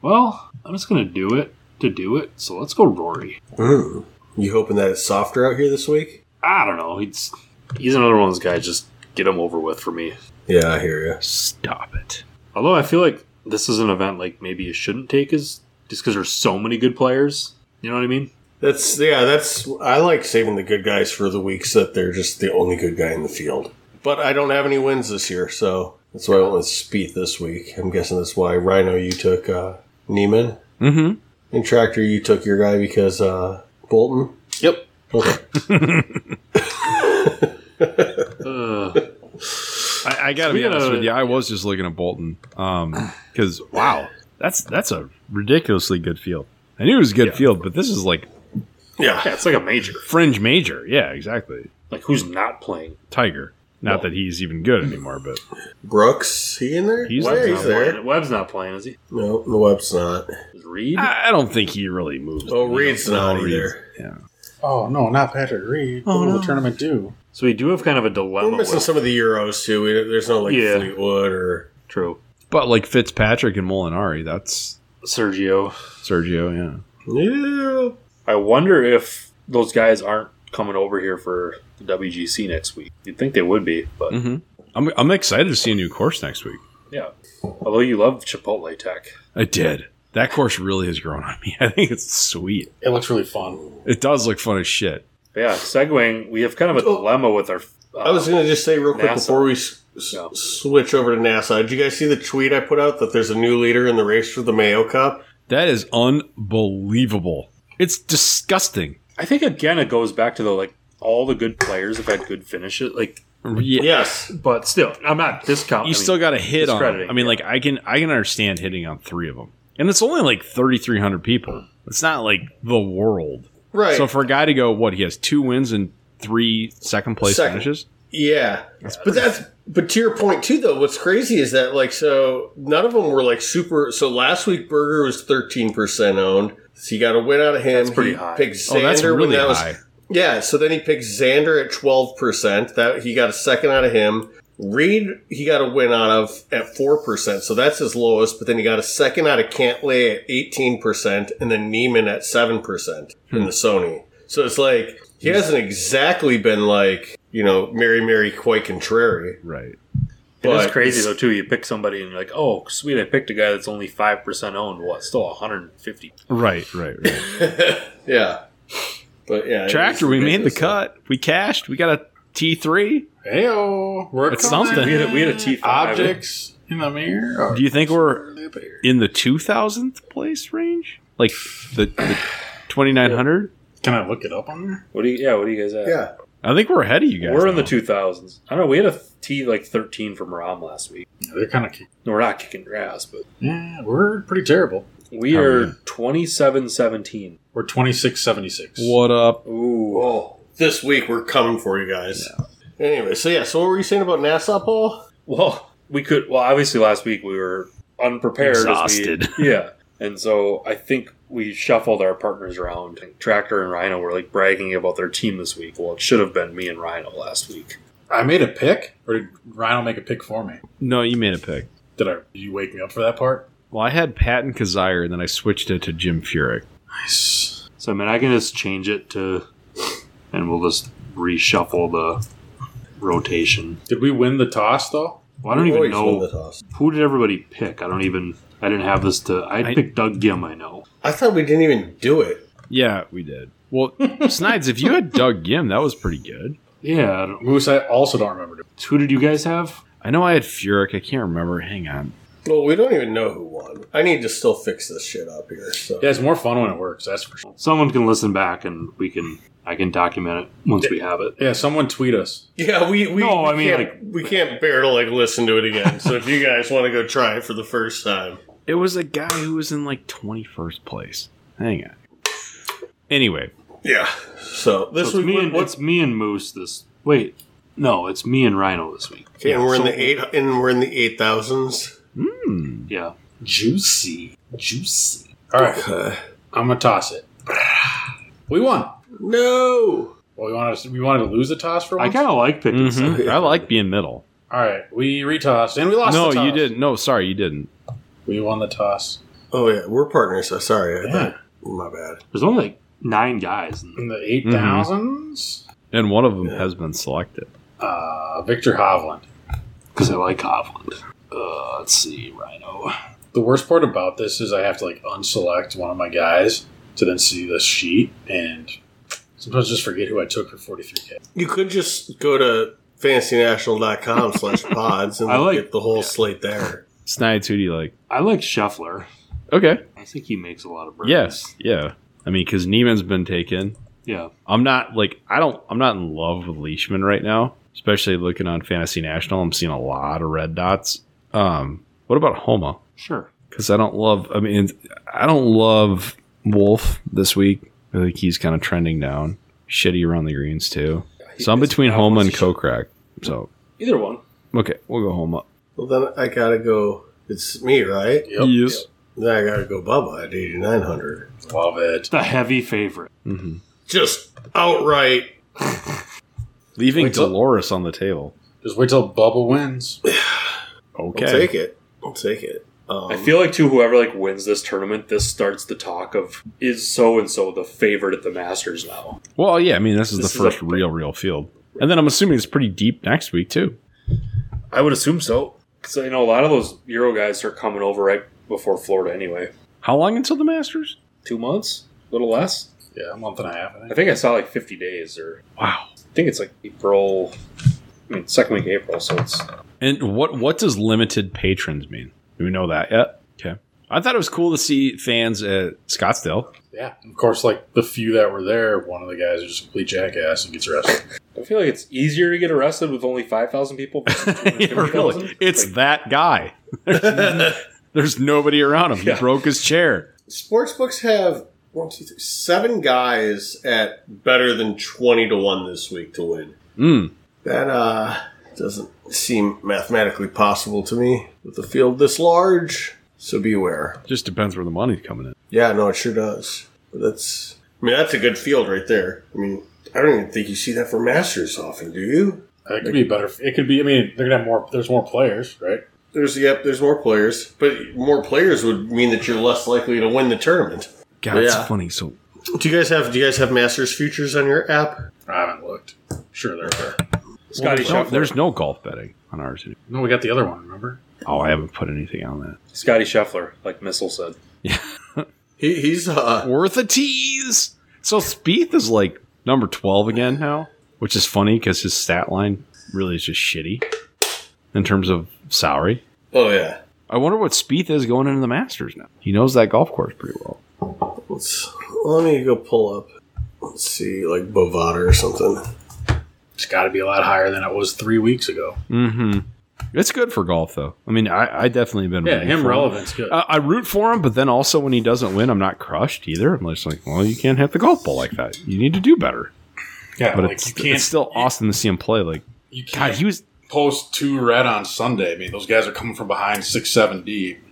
Well, I'm just going to do it to do it, so let's go Rory. Mm. You hoping that it's softer out here this week? I don't know. He's, he's another one of those guys. Just get him over with for me. Yeah, I hear you. Stop it. Although I feel like this is an event like maybe you shouldn't take as just because there's so many good players. You know what I mean? That's, yeah, that's, I like saving the good guys for the weeks that they're just the only good guy in the field. But I don't have any wins this year, so that's why I went with Speed this week. I'm guessing that's why Rhino, you took uh, Neiman, Mm-hmm. and Tractor, you took your guy because uh, Bolton. Yep. Okay. Uh, I, I gotta be Speaking honest of- with you. I was just looking at Bolton. Um, because wow, that's that's a ridiculously good field. I knew it was a good field, but this is like yeah, it's like a major. fringe major. Yeah, exactly. Like who's not playing? Tiger. Not Well- that he's even good anymore, but Brooks, he in there? He's Why- not- he's there. Playing. Webb's not playing, is he? No, the web's not. Is Reed? I, I don't think he really moves. Oh, Reed's not Reed's- either. Yeah. Oh no, not Patrick Reed. Oh, what will the tournament do? So we do have kind of a We're dilemma. missing with- some of the Euros too. We, there's no like Yeah. Fleetwood or True. But like Fitzpatrick and Molinari, that's Sergio. Sergio. Yeah. yeah. I wonder if those guys aren't coming over here for the WGC next week. You'd think they would be, but Mm-hmm. I'm I'm excited to see a new course next week. yeah. Although you love Chipotle Tech. I did. That course really has grown on me. I think it's sweet. It looks really fun. It does look fun as shit. But yeah, segueing, we have kind of a dilemma with our. Uh, I was gonna just say real quick NASA. before we s- s- No. switch over to NASA. Did you guys see the tweet I put out that there's a new leader in the race for the Mayo Cup? That is unbelievable. It's disgusting. I think again, it goes back to the like all the good players have had good finishes. Like, Yeah. Yes. but still, I'm not discounting. You still got to hit on. 'em. discrediting, I mean, yeah. like I can I can understand hitting on three of them, and it's only like thirty three hundred people. It's not like the world. Right. So for a guy to go, what he has two wins and three second place Second. finishes. yeah. but that's but to your point too though, what's crazy is that like so none of them were like super so last week Berger was thirteen percent owned. So you got a win out of him. That's pretty he high. Picked Oh, Xander that's when really that was high. Yeah, so then he picked Xander at twelve percent. That he got a second out of him. Reed he got a win out of at four percent, so that's his lowest. But then he got a second out of Cantley at eighteen percent, and then Neiman at seven percent in the Sony. So it's like he hasn't exactly been like you know Mary Mary quite contrary. Right. It is But- crazy though too. You pick somebody and you're like, "Oh, sweet! I picked a guy that's only five percent owned. What? Still 150." Right. Right. Right. Yeah, but yeah, it Tractor. is We made the ridiculous. cut. We cashed. We got a T three. Heyo, we're It's coming. something. We had a, we had a T5. objects in the mirror. are Do you think we're clear. in the two thousandth place range? Like the, the twenty nine hundred? Can I look it up on there? What do you? Yeah. What do you guys at? Yeah, I think we're ahead of you guys. We're in now. the 2000s. I don't know. We had a T like 13 from Rom last week. Yeah, they're kind of. No, We're not kicking grass, but Yeah, we're pretty terrible. We How are are we? 27 17. We're twenty six seventy six. What up? Ooh. Well, oh, this week we're coming for you guys. Anyway, so yeah, so what were you saying about NASA, Paul? Well, we could. Well, obviously, last week we were unprepared. as we- Exhausted. yeah. And so I think we shuffled our partners around. Tractor and Rhino were like bragging about their team this week. Well, it should have been me and Rhino last week. I made a pick, or did Rhino make a pick for me? No, you made a pick. Did I? Did you wake me up for that part? Well, I had Patton Kazire, and then I switched it to Jim Furyk. Nice. So, I mean, I can just change it to. And we'll just reshuffle the rotation. Did we win the toss though? Well, I don't You even always win the know. toss. Who did everybody pick? I don't even. I didn't have this to. I, I- picked Doug Gim, I know. I thought we didn't even do it. Yeah, we did. Well, Snides, if you had Doug Gim, that was pretty good. Yeah. I don't- Moose, I also don't remember. Who did you guys have? I know I had Furyk. I can't remember. Hang on. Well, we don't even know who won. I need to still fix this shit up here. So Yeah, it's more fun when it works. That's for sure. Someone can listen back and we can I can document it once we have it. Yeah, someone tweet us. Yeah, we we No, I we mean, can't, we can't bear to like listen to it again. so if you guys want to go try it for the first time, It was a guy who was in like 21st place. Hang on. Anyway, yeah. So this So it's, week me we're, and, we're- it's me and Moose this wait. No, it's me and Rhino this week. okay, and we're in so- the eight and we're in the eight thousands. hmm. Yeah. Juicy, juicy. All right, I'm gonna toss it. We won. No, Well, we wanted to, we wanted to lose the toss for I once. kinda like picking Mhm. I like being middle. All right, we retossed and we lost. No, the toss. you didn't. No, sorry, you didn't. We won the toss. oh yeah, we're partners. So sorry, I Yeah, thought my bad. There's only like nine guys in in the eight Mm-hmm. thousands. And one of them has been selected. Uh, Victor Hovland. because I like Hovland. Uh, let's see, Rhino. The worst part about this is I have to like unselect one of my guys to then see this sheet and sometimes just forget who I took for 43k. You could just go to fantasynational.com slash pods and I like- get the whole slate there. Snides, who do you like? I like Scheffler. Okay. I think he makes a lot of birds. Yes. Yeah. I mean, because Neiman's been taken. Yeah. I'm not like I don't I'm not in love with Leishman right now, especially looking on Fantasy National. I'm seeing a lot of red dots. Um, what about Homa? Sure. Because I don't love. I mean, I don't love Wolf this week. I think he's kind of trending down. Shitty around the greens too. So I'm between Homa and Kokrak. So Either one. okay, we'll go Homa. Well, then I gotta go. It's me, right? Yes. Then I gotta go Bubba at eighty nine hundred. Love it. The heavy favorite. hmm Just outright. Leaving Wait, so- Dolores on the table. Just wait till Bubba wins. Okay. I'll take it. I'll take it. Um, I feel like too, whoever like wins this tournament, this starts the talk of is so and so the favorite at the Masters now. Well, yeah. I mean, this is This the is first a- real, real field, and then I'm assuming it's pretty deep next week too. I would assume so, because you know a lot of those Euro guys are coming over right before Florida anyway. How long until the Masters? Two months, a little less. Yeah, a month and a half. I I think. think I saw like fifty days, or Wow. I think it's like April. I mean, second week of April, so it's And what what does limited patrons mean? Do we know that yet? Okay. I thought it was cool to see fans at Scottsdale. Yeah, of course. Like the few that were there, one of the guys is just a complete jackass and gets arrested. I feel like it's easier to get arrested with only five thousand people. versus Yeah, 250,000. really. It's Like, that guy. There's nobody around him. Yeah. He broke his chair. sports books have one, two, three, seven guys at better than twenty to one this week to win. Mm. That uh, doesn't seem mathematically possible to me with a field this large. So beware. Just depends where the money's coming in. Yeah, no, it sure does. But that's. I mean, that's a good field right there. I mean, I don't even think you see that for Masters often, do you? It could be better. It could be. I mean, they're gonna have more. There's more players, right? There's yep, there's more players, but more players would mean that you're less likely to win the tournament. God, it's Yeah. funny. So Do you guys have do you guys have Masters futures on your app? I haven't looked. Sure, there are. Scotty No, Scheffler. there's no golf betting on ours. anymore. No, we got the other one. Remember? Oh, I haven't put anything on that. Scotty Scheffler, like Missile said. He, he's uh Worth a tease. So Spieth is like number twelve again now, which is funny because his stat line really is just shitty in terms of salary. oh yeah. I wonder what Spieth is going into the Masters now. He knows that golf course pretty well. Let's let me go pull up. Let's see, like Bovada or something. It's got to be a lot higher than it was three weeks ago. Mm-hmm. It's good for golf, though. I mean, I, I definitely been Yeah, rooting him for relevance good. I, I root for him, but then also when he doesn't win, I'm not crushed either. I'm just like, well, you can't hit the golf ball like that. You need to do better. yeah, But like it's, you can't it's still awesome to see him play. Like, you can't God, he was. post two red on Sunday. I mean, those guys are coming from behind six seven deep.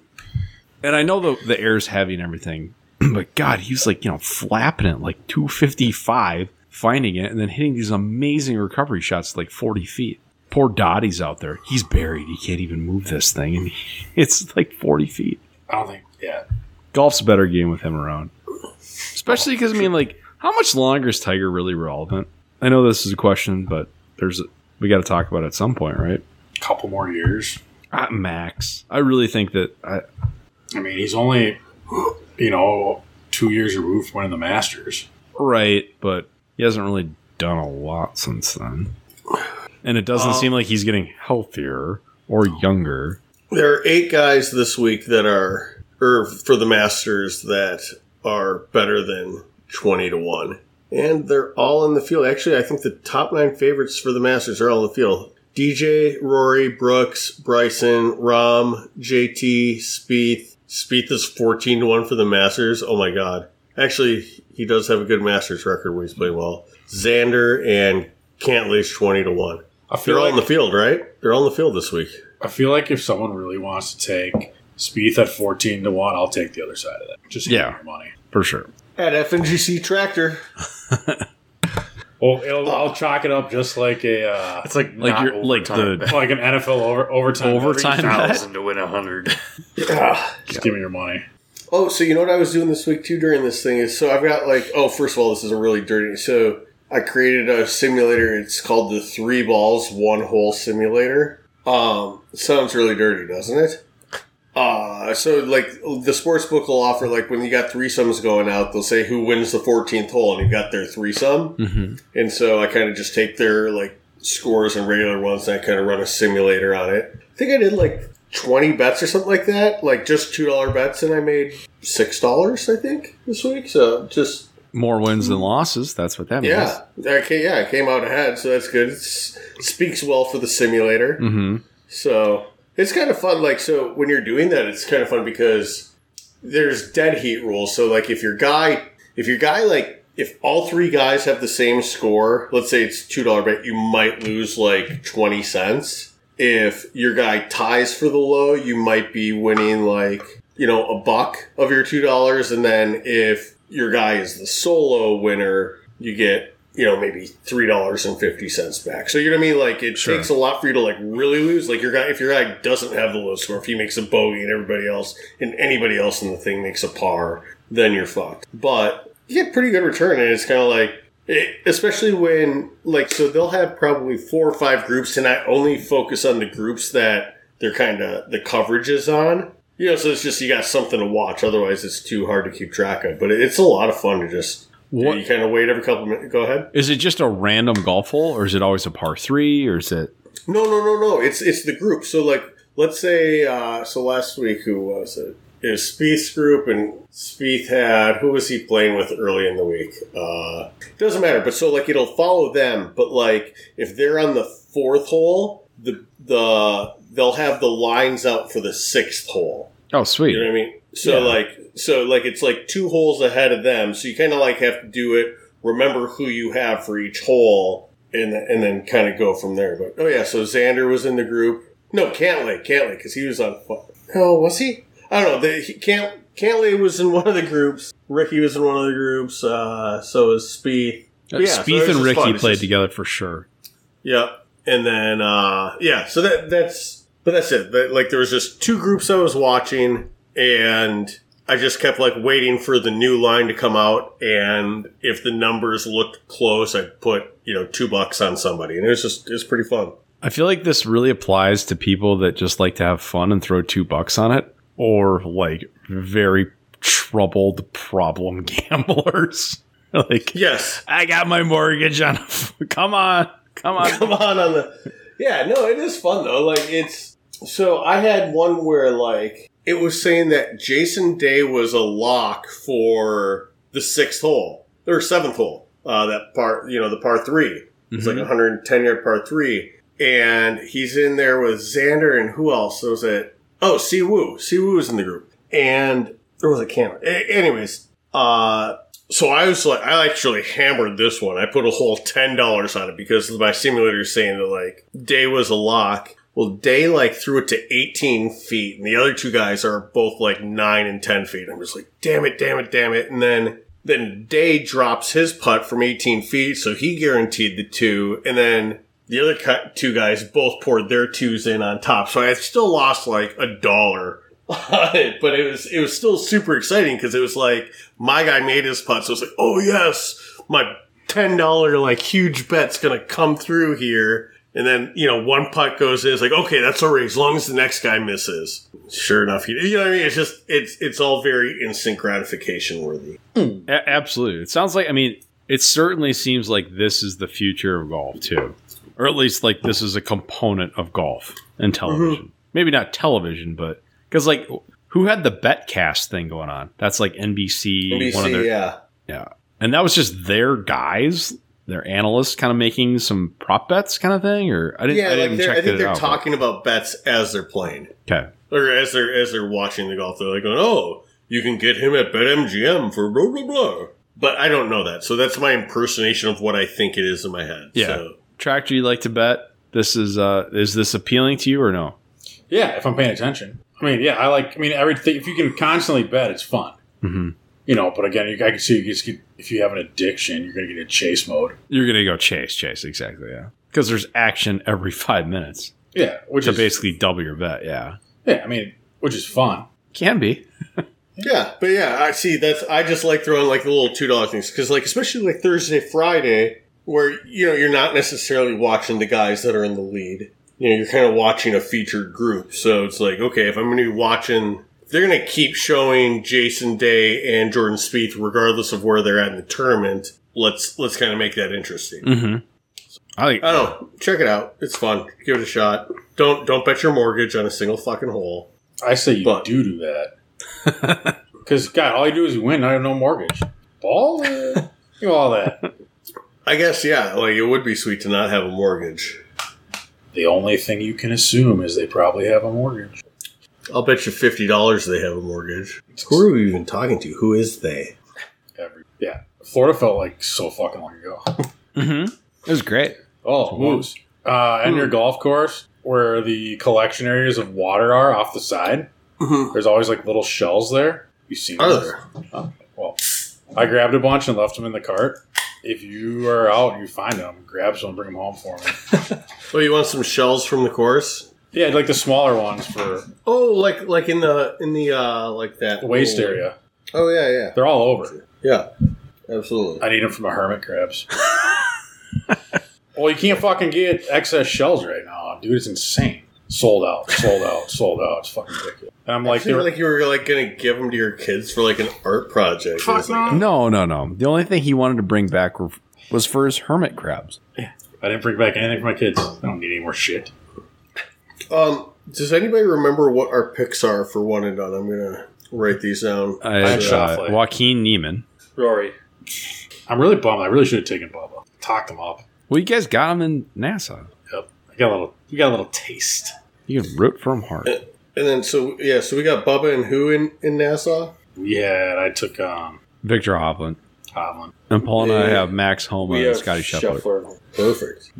And I know the the air's heavy and everything, but God, he was like you know flapping it like 255, finding it, and then hitting these amazing recovery shots like 40 feet. Poor Dottie's out there. He's buried. He can't even move this thing, and it's like 40 feet. I don't think. Yeah, golf's a better game with him around. Especially because, I mean, like, how much longer is Tiger really relevant? I know this is a question, but there's we got to talk about it at some point, right? a couple more years. At max, I really think that I, I mean, he's only you know two years removed from winning the Masters. right, but he hasn't really done a lot since then, and it Uh, doesn't seem like he's getting healthier or younger. There are eight guys this week that are, or for the Masters, that are better than 20 to 1. And they're all in the field. Actually, I think the top nine favorites for the Masters are all in the field. DJ, Rory, Brooks, Bryson, Rom, JT, Spieth. Spieth is 14 to 1 for the Masters. Oh my God. Actually, he does have a good Masters record when he's playing well. Xander and Cantley's 20 to 1. I feel They're all like in the field, right? They're all in the field this week. I feel like if someone really wants to take Spieth at fourteen to one, I'll take the other side of that. Just hand Yeah. me your money. For sure. At FNGC Tractor. Well, it'll, I'll chalk it up just like a uh, It's like Like not you're- like overtime. the- like an NFL over, overtime. Overtime. thousand to win a hundred. Just give me your money. Oh, so you know what I was doing this week too during this thing is so I've got like oh first of all this is a really dirty so I created a simulator it's called the three balls one hole simulator. Um sounds really dirty, doesn't it? Uh so like the sports book will offer like when you got threesomes going out, they'll say who wins the fourteenth hole and you've got their threesome. Mm-hmm. And so I kind of just take their like scores and regular ones and I kind of run a simulator on it. I think I did like 20 bets or something like that, like just $2 bets, and I made $6, I think, this week. So just, More wins than losses. That's what that means. yeah. I ca- yeah, I came out ahead, so that's good. It speaks well for the simulator. Mm-hmm. So it's kind of fun. Like, so when you're doing that, it's kind of fun because there's dead heat rules. So like, if your guy, if your guy, like, if all three guys have the same score, let's say it's two dollar bet, you might lose like twenty cents. If your guy ties for the low, you might be winning like you know a buck of your two dollars, and then if your guy is the solo winner, you get you know maybe three dollars and fifty cents back. So you know what I mean? Like it takes a lot for you to like really lose. Like your guy, if your guy doesn't have the low score, if he makes a bogey and everybody else and anybody else in the thing makes a par, then you're fucked. But you get pretty good return, and it's kind of like. It, especially when like so they'll have probably four or five groups and i only focus on the groups that they're kind of the coverage is on you know so it's just you got something to watch otherwise it's too hard to keep track of but it's a lot of fun to just What- you kind of wait every couple of minutes go ahead Is it just a random golf hole, or is it always a par three, or is it? No, no, no, no. It's it's the group. So like, let's say uh, so last week who was it? It was Spieth's group, and Spieth had who was he playing with early in the week? Uh, doesn't matter. But so like, it'll follow them. But like, if they're on the fourth hole, the the they'll have the lines out for the sixth hole. Oh, sweet. You know what I mean? So like so like it's like two holes ahead of them. So you kind of like have to do it. Remember who you have for each hole, and and then kind of go from there. But oh yeah, so Xander was in the group. No, Cantley, Cantley, because he was on. No, was he? I don't know. The, he, Cant, Cantley was in one of the groups. Ricky was in one of the groups. Uh, so was Speed. Uh, Spieth and Ricky played together for sure. Yep. And then uh yeah, so that that's but that's it. That, like there was just two groups I was watching and I just kept like waiting for the new line to come out and if the numbers looked close I put, you know, 2 bucks on somebody and it was just it's pretty fun. I feel like this really applies to people that just like to have fun and throw two bucks on it, or like very troubled problem gamblers. like, Yes. I got my mortgage on. come on, come on. come on on the yeah no it is fun though like it's so i had one where like it was saying that jason day was a lock for the sixth hole or seventh hole uh, that part you know the par 3 it's like a 110 yard par three and he's in there with Xander and who else was it? Oh, Siwoo. Siwoo was in the group, and there was a camera. A- anyways, uh, so I was like, I actually hammered this one. I put a whole ten dollars on it because my simulator is saying that like Day was a lock. Well, Day like threw it to eighteen feet, and the other two guys are both like nine and ten feet. I'm just like, damn it, damn it, damn it, and then. Then Day drops his putt from 18 feet, so he guaranteed the two. And then the other cu- two guys both poured their twos in on top, so I still lost like a dollar on it, but it was it was still super exciting because it was like my guy made his putt, so it's like, oh yes, my ten dollar like huge bet's gonna come through here, and then you know one putt goes in, it's like okay, that's all right as long as the next guy misses. Sure enough, you, you know what I mean? It's just it's it's all very instant gratification worthy. A- absolutely. It sounds like I mean, it certainly seems like this is the future of golf too, or at least like this is a component of golf and television. Maybe not television, but because like who had the betcast thing going on? That's like NBC, one of their, yeah. yeah, and that was just their guys. Their analysts kind of making some prop bets kind of thing, or I didn't, Yeah, I like didn't they're- check I think it they're out, but- talking about bets as they're playing. Okay, or as they're as they're watching the golf, they're like, going, "Oh, you can get him at BetMGM for blah blah blah." But I don't know that, so that's my impersonation of what I think it is in my head. Yeah. So, Tractor, you like to bet? This is uh, is this appealing to you or no? Yeah, if I'm paying attention. I mean, yeah, I like. I mean, everything. If you can constantly bet, it's fun. Mhm. You know, but again, you, I can see you just get, if you have an addiction, you're going to get in chase mode. You're gonna go chase, chase, exactly, yeah. Because there's action every five minutes Yeah, which to is basically double your bet, yeah. yeah. I mean, which is fun. Can be. yeah, but yeah, I see. That's I just like throwing like the little two dollar things because like especially like Thursday, Friday, where you know you're not necessarily watching the guys that are in the lead. You know, you're kind of watching a featured group, so it's like, okay, if I'm going to be watching. if They're going to keep showing Jason Day and Jordan Spieth, regardless of where they're at in the tournament. Let's let's kind of make that interesting. Mm-hmm. I like I don't know. Check it out. It's fun. Give it a shot. Don't don't bet your mortgage on a single fucking hole. I say you But- do do that because God, all you do is you win. I have no mortgage. Ball, eh, you know, all that. I guess yeah. Like it would be sweet to not have a mortgage. The only thing you can assume is they probably have a mortgage. I'll bet you fifty dollars they have a mortgage. Who are we even talking to? Who is they? Every, yeah, Florida felt like so fucking long ago. mm-hmm. It was great. Oh, moose. Uh, and your golf course, where the collection areas of water are off the side, there's always like little shells there. You see Are those? there? Well, I grabbed a bunch and left them in the cart. If you are out and you find them, grab some, bring them home for me. Oh, you want some shells from the course? yeah, like the smaller ones for Oh, like like in the in the uh like that the waste little- area. Oh yeah, yeah, They're all over. yeah. Absolutely. I need them for my hermit crabs. well, you can't fucking get excess shells right now, dude. It's insane. Sold out, sold out, sold out. It's fucking ridiculous. And I'm I like, feel they're like you were like gonna give them to your kids for like an art project. It was like- No, no, no. The only thing he wanted to bring back were, was for his hermit crabs. I didn't bring back anything for my kids. I don't need any more shit. Um, does anybody remember what our picks are for one and done? I'm gonna write these down. I, Ian uh, Shoffley. Joaquin Neiman. Rory. I'm really bummed. I really should have taken Bubba. Talked him up. Well, you guys got him in NASA. Yep. I got a little. You got a little taste. You can root for him hard. And then so yeah, so we got Bubba and who in in Nassau? Yeah, and I took um Victor Hovland. Hovland. And Paul and I Yeah. have Max Homa and Scotty Scheffler. Perfect.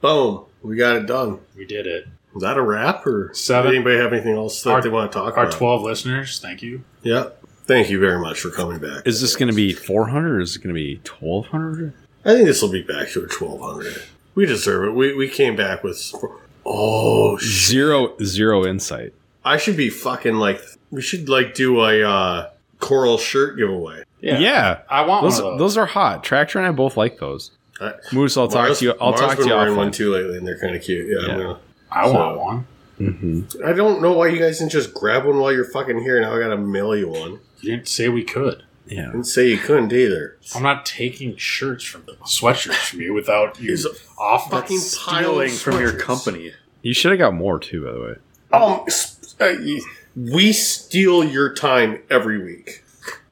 Boom, we got it done. We did it. Is that a wrap or Seven. Did anybody have anything else that Our- they want to talk Our about? 12 listeners, thank you. Yeah. Thank you very much for coming back. Is this going to be 400 or is it going to be 1200? I think this will be back to a twelve hundred. We deserve it. We we came back with. some- Oh, sh- Zero, zero insight. I should be fucking like. We should like do a uh, coral shirt giveaway. Yeah. yeah. I want Those, one of those. those are hot. Tractor and I both like those. I- Moose, I'll talk Mars- to you. I'll Mars talk to been you wearing one offline. too lately, and they're kind of cute. Yeah, I'm Yeah. gonna- I want so- one. Mhm. I don't know why you guys didn't just grab one while you're fucking here. Now I got a mail you one. You didn't say we could. Yeah, Didn't say you couldn't either. I'm not taking shirts from sweatshirts from you without you It's a off fucking pile Stealing of from your sweatshirts. company. you should have got more too. By the way, Oh. Um, s- uh, y- we steal your time every week.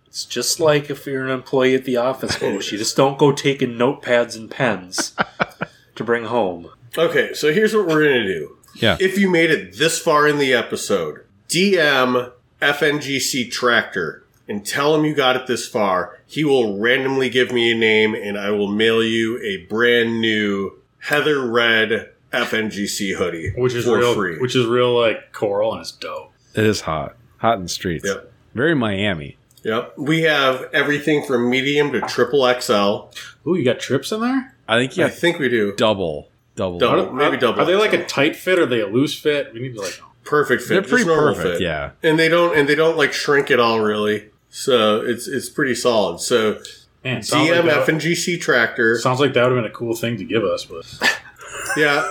It's just like if you're an employee at the office, Moose. You just don't go taking notepads and pens. to bring home. Okay, so here's what we're gonna do. Yeah. If you made it this far in the episode, DM FNGC Tractor and tell him you got it this far. He will randomly give me a name and I will mail you a brand new Heather Red FNGC hoodie. Which is for real, free. which is real like coral and it's dope. It is hot. Hot in the streets. Yep. Very Miami. yep. We have everything from medium to triple XL. Ooh, you got trips in there? I think you I have think we do. double. Double. Double, maybe double. Are they like a tight fit or are they a loose fit? We need to like know. perfect fit? They're just pretty normal perfect. fit. Yeah. and they don't and they don't like shrink at all really so it's it's pretty solid so Man, sounds like, dm that, and gc tractor sounds like that would have been a cool thing to give us, but yeah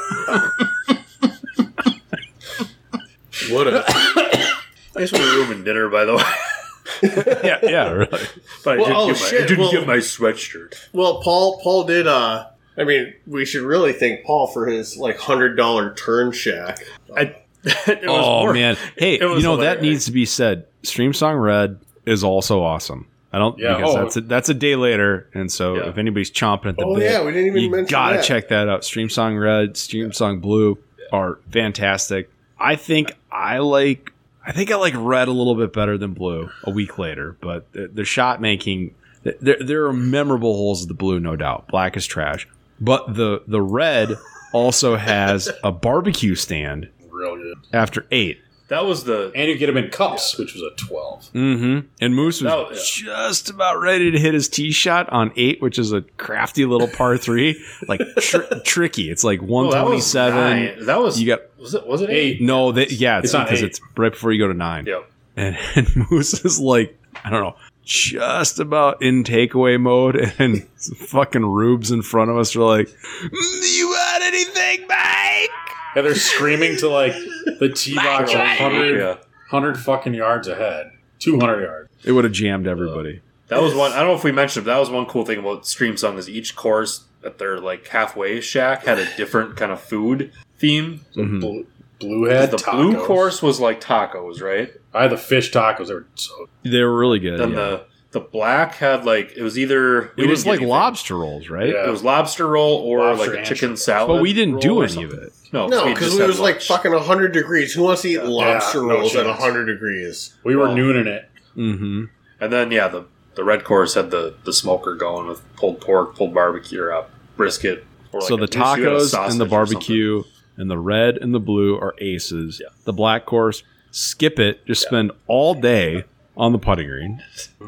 what a I just want a room and dinner, by the way. yeah. Yeah. Really. But I did, get, Well, oh, my, I shit, did well- get my sweatshirt. well paul paul did uh i mean we should really thank paul for his like hundred dollar turn shack I, it was Oh more- man. Hey, it was you know that hilarious. needs to be said. Stream Song Red is also awesome. I don't Yeah. because Oh. that's a, that's a day later, and so Yeah. if anybody's chomping at the oh bit, yeah we didn't even you mention gotta that. check that out. Stream Song Red, Stream Song Blue are fantastic. I think I like. I think I like red a little bit better than blue. A week later, but the, the shot making th- there there are memorable holes of the blue, no doubt. Black is trash, but the the red also has a barbecue stand real good. after eight. That was the And you get them in cups, which was a 12. Mm-hmm. And Moose was Oh, yeah. just about ready to hit his tee shot on eight, which is a crafty little par three, like tr- tricky. It's Oh, like one that twenty was seven. nine. That was You got was it was it Eight. eight? No, they, yeah, it's It's not because eight. it's right before you go to nine. Yep. And, and Moose is like, I don't know, just about in takeaway mode, and fucking rubes in front of us are like, "Mm, "You want anything, Mike?" Yeah, they're screaming to like the tee box 100, Yeah. 100 fucking yards ahead, 200 yards. It would have jammed everybody. That was one. I don't know if we mentioned, but that was one cool thing about Stream Song is each course at their like halfway shack had a different kind of food theme. Mhm. Blue, blue head Hmm. the tacos. blue course was like tacos, right? I had the fish tacos. They were so. They were really good. Then Uh, yeah. the the black had like it was either we it didn't was get like anything. lobster rolls, right? Yeah. It was lobster roll or Lobster like a and chicken shrimp. salad. But we didn't roll do or any of something. it. No, no we because just it had was like lunch. fucking 100 degrees who wants to eat lobster no rolls at chance. 100 degrees We were Well- nooning it. Mm-hmm. And then yeah, the the red course had the the smoker going with pulled pork, pulled barbecue, or uh, brisket. Or so like the a- you had a tacos sausage and the or something. barbecue and the red and the blue are aces. The black course, skip it. Just spend all day on the putting green.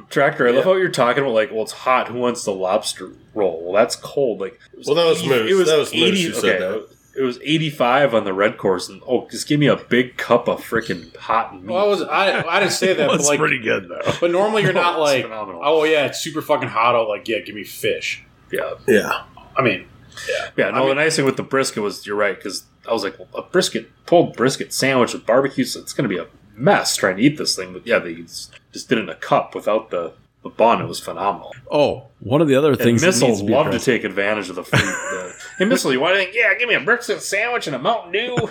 Tractor, I love how you're talking about like, well, it's hot. Who wants the lobster roll? Well, that's cold. Like, it Well, that was Moose. That was Moose who said It was 85 on the red course, and oh, just give me a big cup of freaking hot meat. Well, I was I, I didn't say that, but like, good though. but normally you're not It's like, phenomenal. oh yeah, it's super fucking hot out. Like, yeah, give me fish. yeah, yeah I mean, yeah. No, the nice thing with the brisket was you're right because I was like, well, a brisket pulled brisket sandwich with barbecue, so it's gonna be a mess trying to eat this thing. But yeah, they just just did it in a cup without the. The bun, it was phenomenal. Oh, one of the other And things. that needs missiles to be love to addressed- take advantage of the food. The, hey, missile, you want anything? Yeah, give me a brisket sandwich and a Mountain Dew.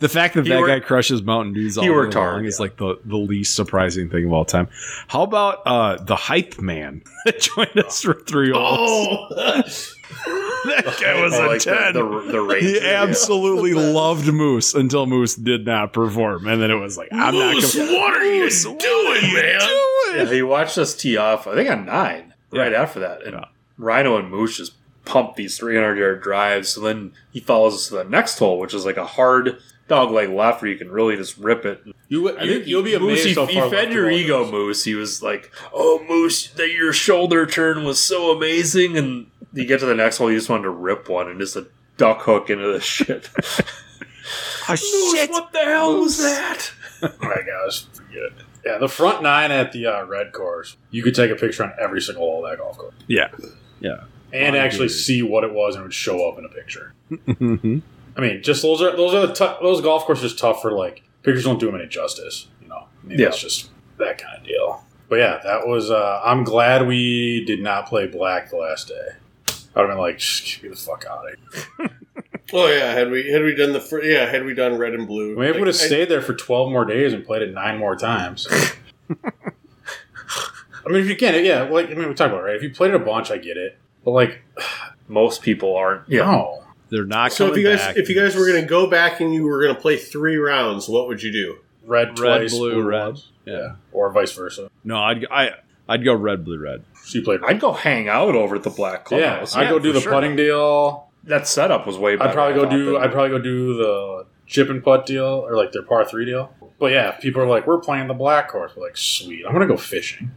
The fact that He that worked- guy crushes Mountain Dews all he day worked long hard, is yeah. like the, the least surprising thing of all time. How about uh, the hype man that joined us for three holes? oh that guy was Oh, a like the- ten. The, the, ranger, he yeah. absolutely loved Moose until Moose did not perform, and then it was like, "I'm Moose, not." what are you doing, man? Yeah, he watched us tee off. I think on nine right after that, and Yeah. Rhino and Moose just pumped these 300 yard drives. So then he follows us to the next hole, which is like a hard dog leg left where you can really just rip it. you, I you think you'll be Moose, amazed. he, how he far fed left your the ball ego, goes. Moose. He was like, "Oh, Moose, that your shoulder turn was so amazing," and you get to the next hole, you just wanted to rip one and just a duck hook into the shit. Oh, shit. what the hell was that? Oh my gosh, forget it. Yeah, the front nine at the uh, red course. You could take a picture on every single hole of that golf course. Yeah. Yeah. and Wow, actually dude. see what it was, and it would show up in a picture. Mhm. I mean, just those are those are the tou- those golf courses are tough for like pictures don't do them any justice. You know, I mean, Yeah. it's just that kind of deal. But yeah, that was. Uh, I'm glad we did not play black the last day. I'd have been like, just get me the fuck out of here. Oh yeah, had we had we done the fir- yeah had we done red and blue, Maybe we would have Like, I- stayed there for 12 more days and played it nine more times. I mean, if you can, yeah. Like I mean, we talked about it, right. If you played it a bunch, I get it. But like, Most people aren't. Yeah, no, They're not So if coming you guys back. if you guys were gonna go back and you were gonna play three rounds, what would you do? Red, red, twice, blue, red. once. Yeah. Or vice versa. No, I'd I I'd go red, blue, red. So you played red. I'd go hang out over at the Black yeah, Clubhouse. I'd go do for the sure. putting deal. That setup was way better. I'd probably I go thought, do. than- I'd probably go do the chip and putt deal or like their par three deal. But yeah, if people are like, we're playing the black course. We're like, sweet, I'm gonna go fishing.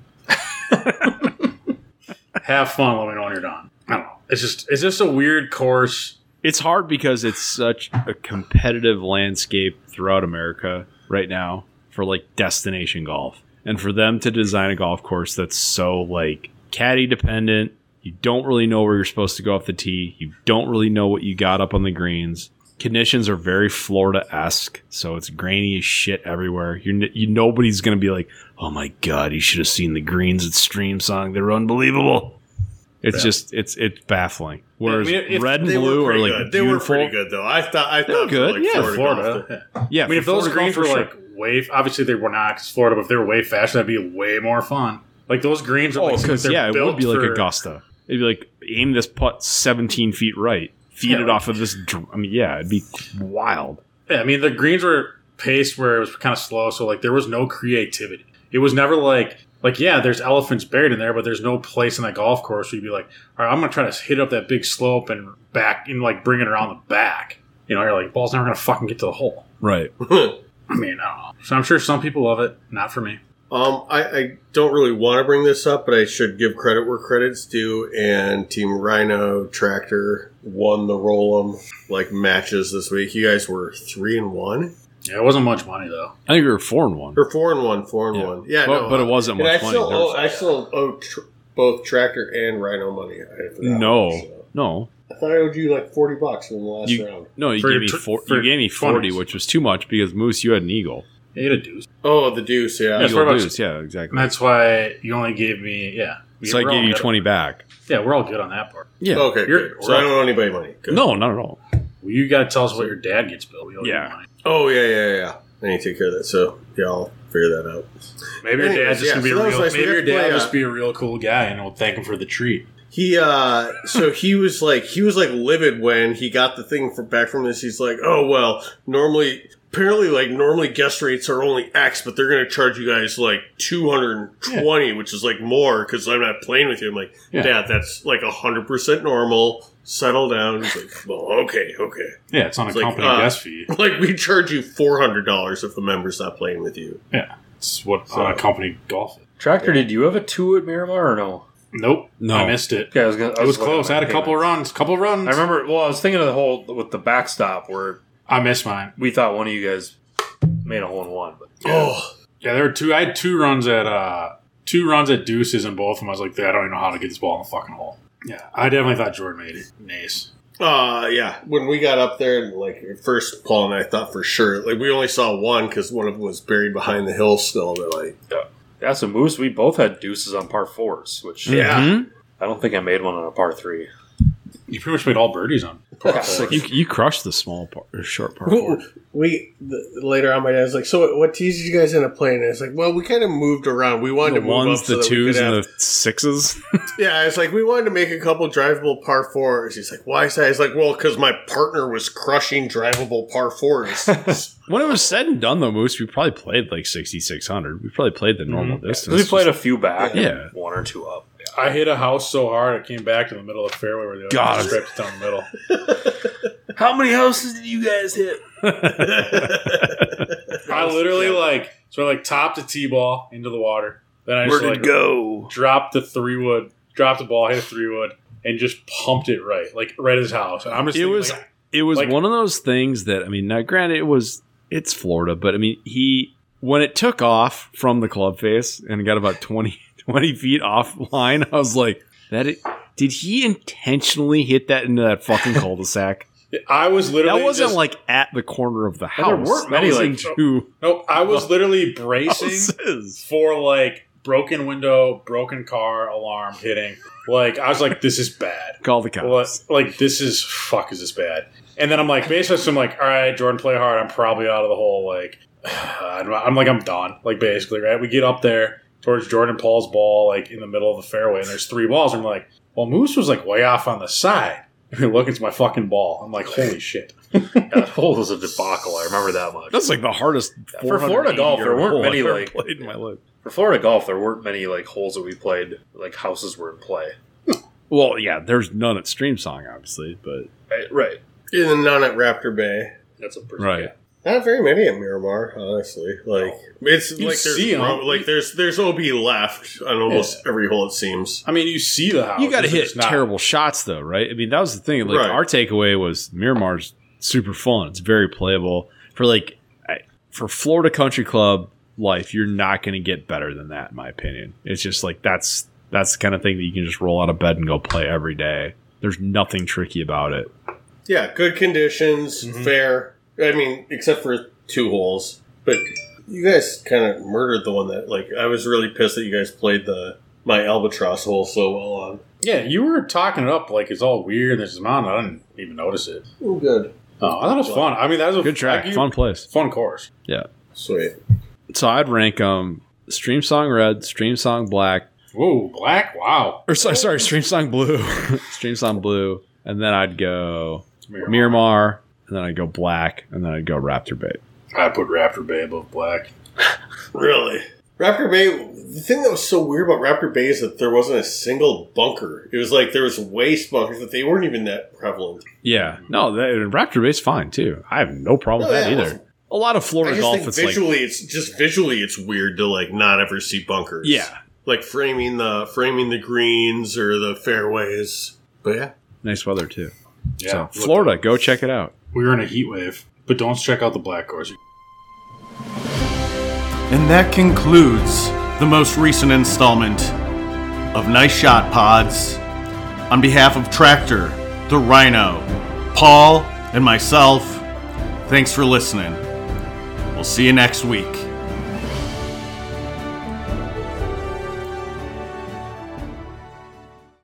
Have fun. Let me know when you're done. I don't know. It's just it's just a weird course. It's hard because it's such a competitive landscape throughout America right now for like destination golf. And for them to design a golf course that's so like caddy dependent, you don't really know where you're supposed to go off the tee, you don't really know what you got up on the greens. Conditions are very Florida esque, so it's grainy as shit everywhere. You're, n- you nobody's gonna be like, "Oh my god, you should have seen the greens at Stream Song; they're unbelievable." It's just it's it's baffling. Whereas I mean, if red and They blue were are pretty like good. They beautiful. were pretty good though. I thought I They're thought good, like, yeah, Florida. golf, Florida. Yeah, I mean, if those greens were like way, obviously they were not 'cause Florida, but if they were way faster, that'd be way more fun. Like those greens, are oh, like, seem like because they're yeah, it would built be like for- Augusta. It'd be like aim this putt seventeen feet right, feed Yeah, it like- off of this. dr- I mean, yeah, it'd be wild. Yeah, I mean the greens were paced where it was kind of slow, so like there was no creativity. It was never like like yeah, there's elephants buried in there, but there's no place in that golf course where you'd be like, all right, I'm gonna try to hit up that big slope and back and like bring it around the back. You know, you're like ball's never gonna fucking get to the hole. Right. I mean, I don't know. So I'm sure some people love it, not for me. Um, I, I don't really want to bring this up, but I should give credit where credit's due. And Team Rhino Tractor won the Roll'em like matches this week. You guys were three and one Yeah, it wasn't much money though. I think we were four and one. or four and one, four and Yeah. one. Yeah, but, no, uh, but it wasn't and I much money. still, There was- owe, I still owe tr- both Tractor and Rhino money. uh, I forgot. no, So, no, I thought I owed you like forty bucks in the last You- round. no. You For gave your me tw- four, for you gave me forty, 20s. which was too much because Moose, you had an eagle. Yeah, you had a deuce. Oh, the deuce. Yeah, Yes. Eagle four bucks. deuce, yeah, And exactly. that's why you only gave me yeah. So I We're all gave you good. twenty back. Yeah, we're all good on that part. Yeah. okay. You're- good. So I don't owe anybody money. Good. No, not at all. Well, you got to tell us what your dad gets billed. We owe you Yeah. money. Oh yeah, yeah, yeah. I need to take care of that. So yeah, I'll figure that out. Maybe your dad's Anyways, just yeah, gonna be so a that was real. nice. We Maybe got your to dad play, will uh, just be a real cool guy, and we'll thank him for the treat. He uh so he was like he was like livid when he got the thing from back from this. He's like, oh well, normally apparently like normally guest rates are only X, but they're gonna charge you guys like two hundred and twenty, which is like more because I'm not playing with you. I'm like, Yeah. Dad, that's like hundred percent normal. Settle down. He's like, well, okay, okay. Yeah, it's on It's a like, company uh, guest fee. Like we charge you four hundred dollars if a member's not playing with you. It's what on a company golf. Is. Tractor, did you have a two at Miramar or no? Nope, No. I missed it. Okay, I was gonna. I was looking at close. I my had a couple payments. runs. Couple runs. I remember. Well, I was thinking of the whole with the backstop where I missed mine. we thought one of you guys made a hole in one, but Oh, Yeah, there were two. I had two runs at uh two runs at deuces, and both of them I was like, I don't even know how to get this ball in the fucking hole. Yeah, I definitely thought Jordan made it. Nice. Uh, yeah. When we got up there, and like at first, Paul and I thought for sure, like we only saw one because one of them was buried behind the hill still. But like, yeah, so Moose, we both had deuces on par fours, which Yeah. Mhm. I don't think I made one on a par three. You pretty much made all birdies on. You, you crushed the small part, or short part. we the, later on, my dad's like, "So what, what tees did you guys end up playing?" And it's like, "Well, we kind of moved around. We wanted the to move ones, up so the that we could twos, and have- the sixes. yeah." It's like we wanted to make a couple drivable par fours. He's like, "Why?" is that?" He's like, "Well, because my partner was crushing drivable par fours." When it was said and done, though, Moose, we probably played like 6,600. We probably played the normal distance. Mm-hmm. we played a few back, and Yeah. one or two up. I hit a house so hard it came back in the middle of the fairway where the other God. one stripped down the middle. How many houses did you guys hit? I literally like so I like topped a tee ball into the water. Then I just like go? dropped the three wood, dropped the ball, hit a three wood, and just pumped it right, like right at his house. And I'm just It thinking, was- like, It was Like- one of those things that, I mean, now granted, it was, it's Florida, but I mean, he, when it took off from the club face and got about 20, 20 feet offline, I was like, that it, did he intentionally hit that into that fucking cul-de-sac? I was literally that wasn't just- like at the corner of the house. there weren't That many, was like, into no, I was literally bracing houses. for like broken window, broken car alarm hitting. Like I was like, this is bad. Call the cops. Well, like this is fuck is this bad? And then I'm like, based on some like, all right, Jordan, play hard. I'm probably out of the hole. Like, I'm, I'm like, I'm done. Like basically, right? We get up there towards Jordan Paul's ball, like in the middle of the fairway, and there's three balls. I'm like, well, Moose was like way off on the side. and look, it's my fucking ball. I'm like, holy shit. Yeah, that hole was a debacle. I remember that much. That's like the hardest For Florida golf, there weren't many, i like- played in my life. For Florida golf, there weren't many like holes that we played. Like houses were in play. Well, yeah, there's none at Stream Song, obviously, but Right. right. And then none at Raptor Bay. That's a pretty right. Not very many at Miramar, honestly. Like it's You like there's see 'em. ro- like there's there's OB left on almost every hole it seems. I mean, you see the house. You got to it's hit just not- terrible shots, though, right? I mean, that was the thing. Like Right. our takeaway was Miramar's super fun. It's very playable for like I- for Florida Country Club life. You're not going to get better than that, in my opinion. It's just like that's that's the kind of thing that you can just roll out of bed and go play every day. There's nothing tricky about it. Yeah, good conditions, Mm-hmm. fair. I mean, except for two holes. But you guys kind of murdered the one that like I was really pissed that you guys played the my albatross hole so well on. Yeah, you were talking it up like it's all weird. There's this mountain. I didn't even notice it. Oh, good, Oh, I thought it was fun. I mean, that was a Good track, like, you- fun place. fun course. sweet. So I'd rank um Stream Song Red, Stream Song Black, Whoa, black. Wow. or Oh. sorry, sorry, Stream Song Blue, Stream Song Blue, and then I'd go Miramar. Miramar, and then I'd go Black, and then I'd go Raptor Bait. I put Raptor Bay above black. Really? Raptor Bay, the thing that was so weird about Raptor Bay is that there wasn't a single bunker. It was like there was waste bunkers, but they weren't even that prevalent. Yeah, no, that, and Raptor Bait's fine too. I have no problem No, with that Oh, yeah, it either. wasn't- A lot of I Florida just golf, think it's visually, it's just visually, it's weird to like not ever see bunkers. like yeah, like framing the framing the greens or the fairways. But yeah, nice weather too. Yeah, so Florida, go check it out. We were in a heat wave, but don't check out the black course. And that concludes the most recent installment of Nice Shot Pods. On behalf of Tractor, the Rhino, Paul, and myself, thanks for listening. We'll see you next week.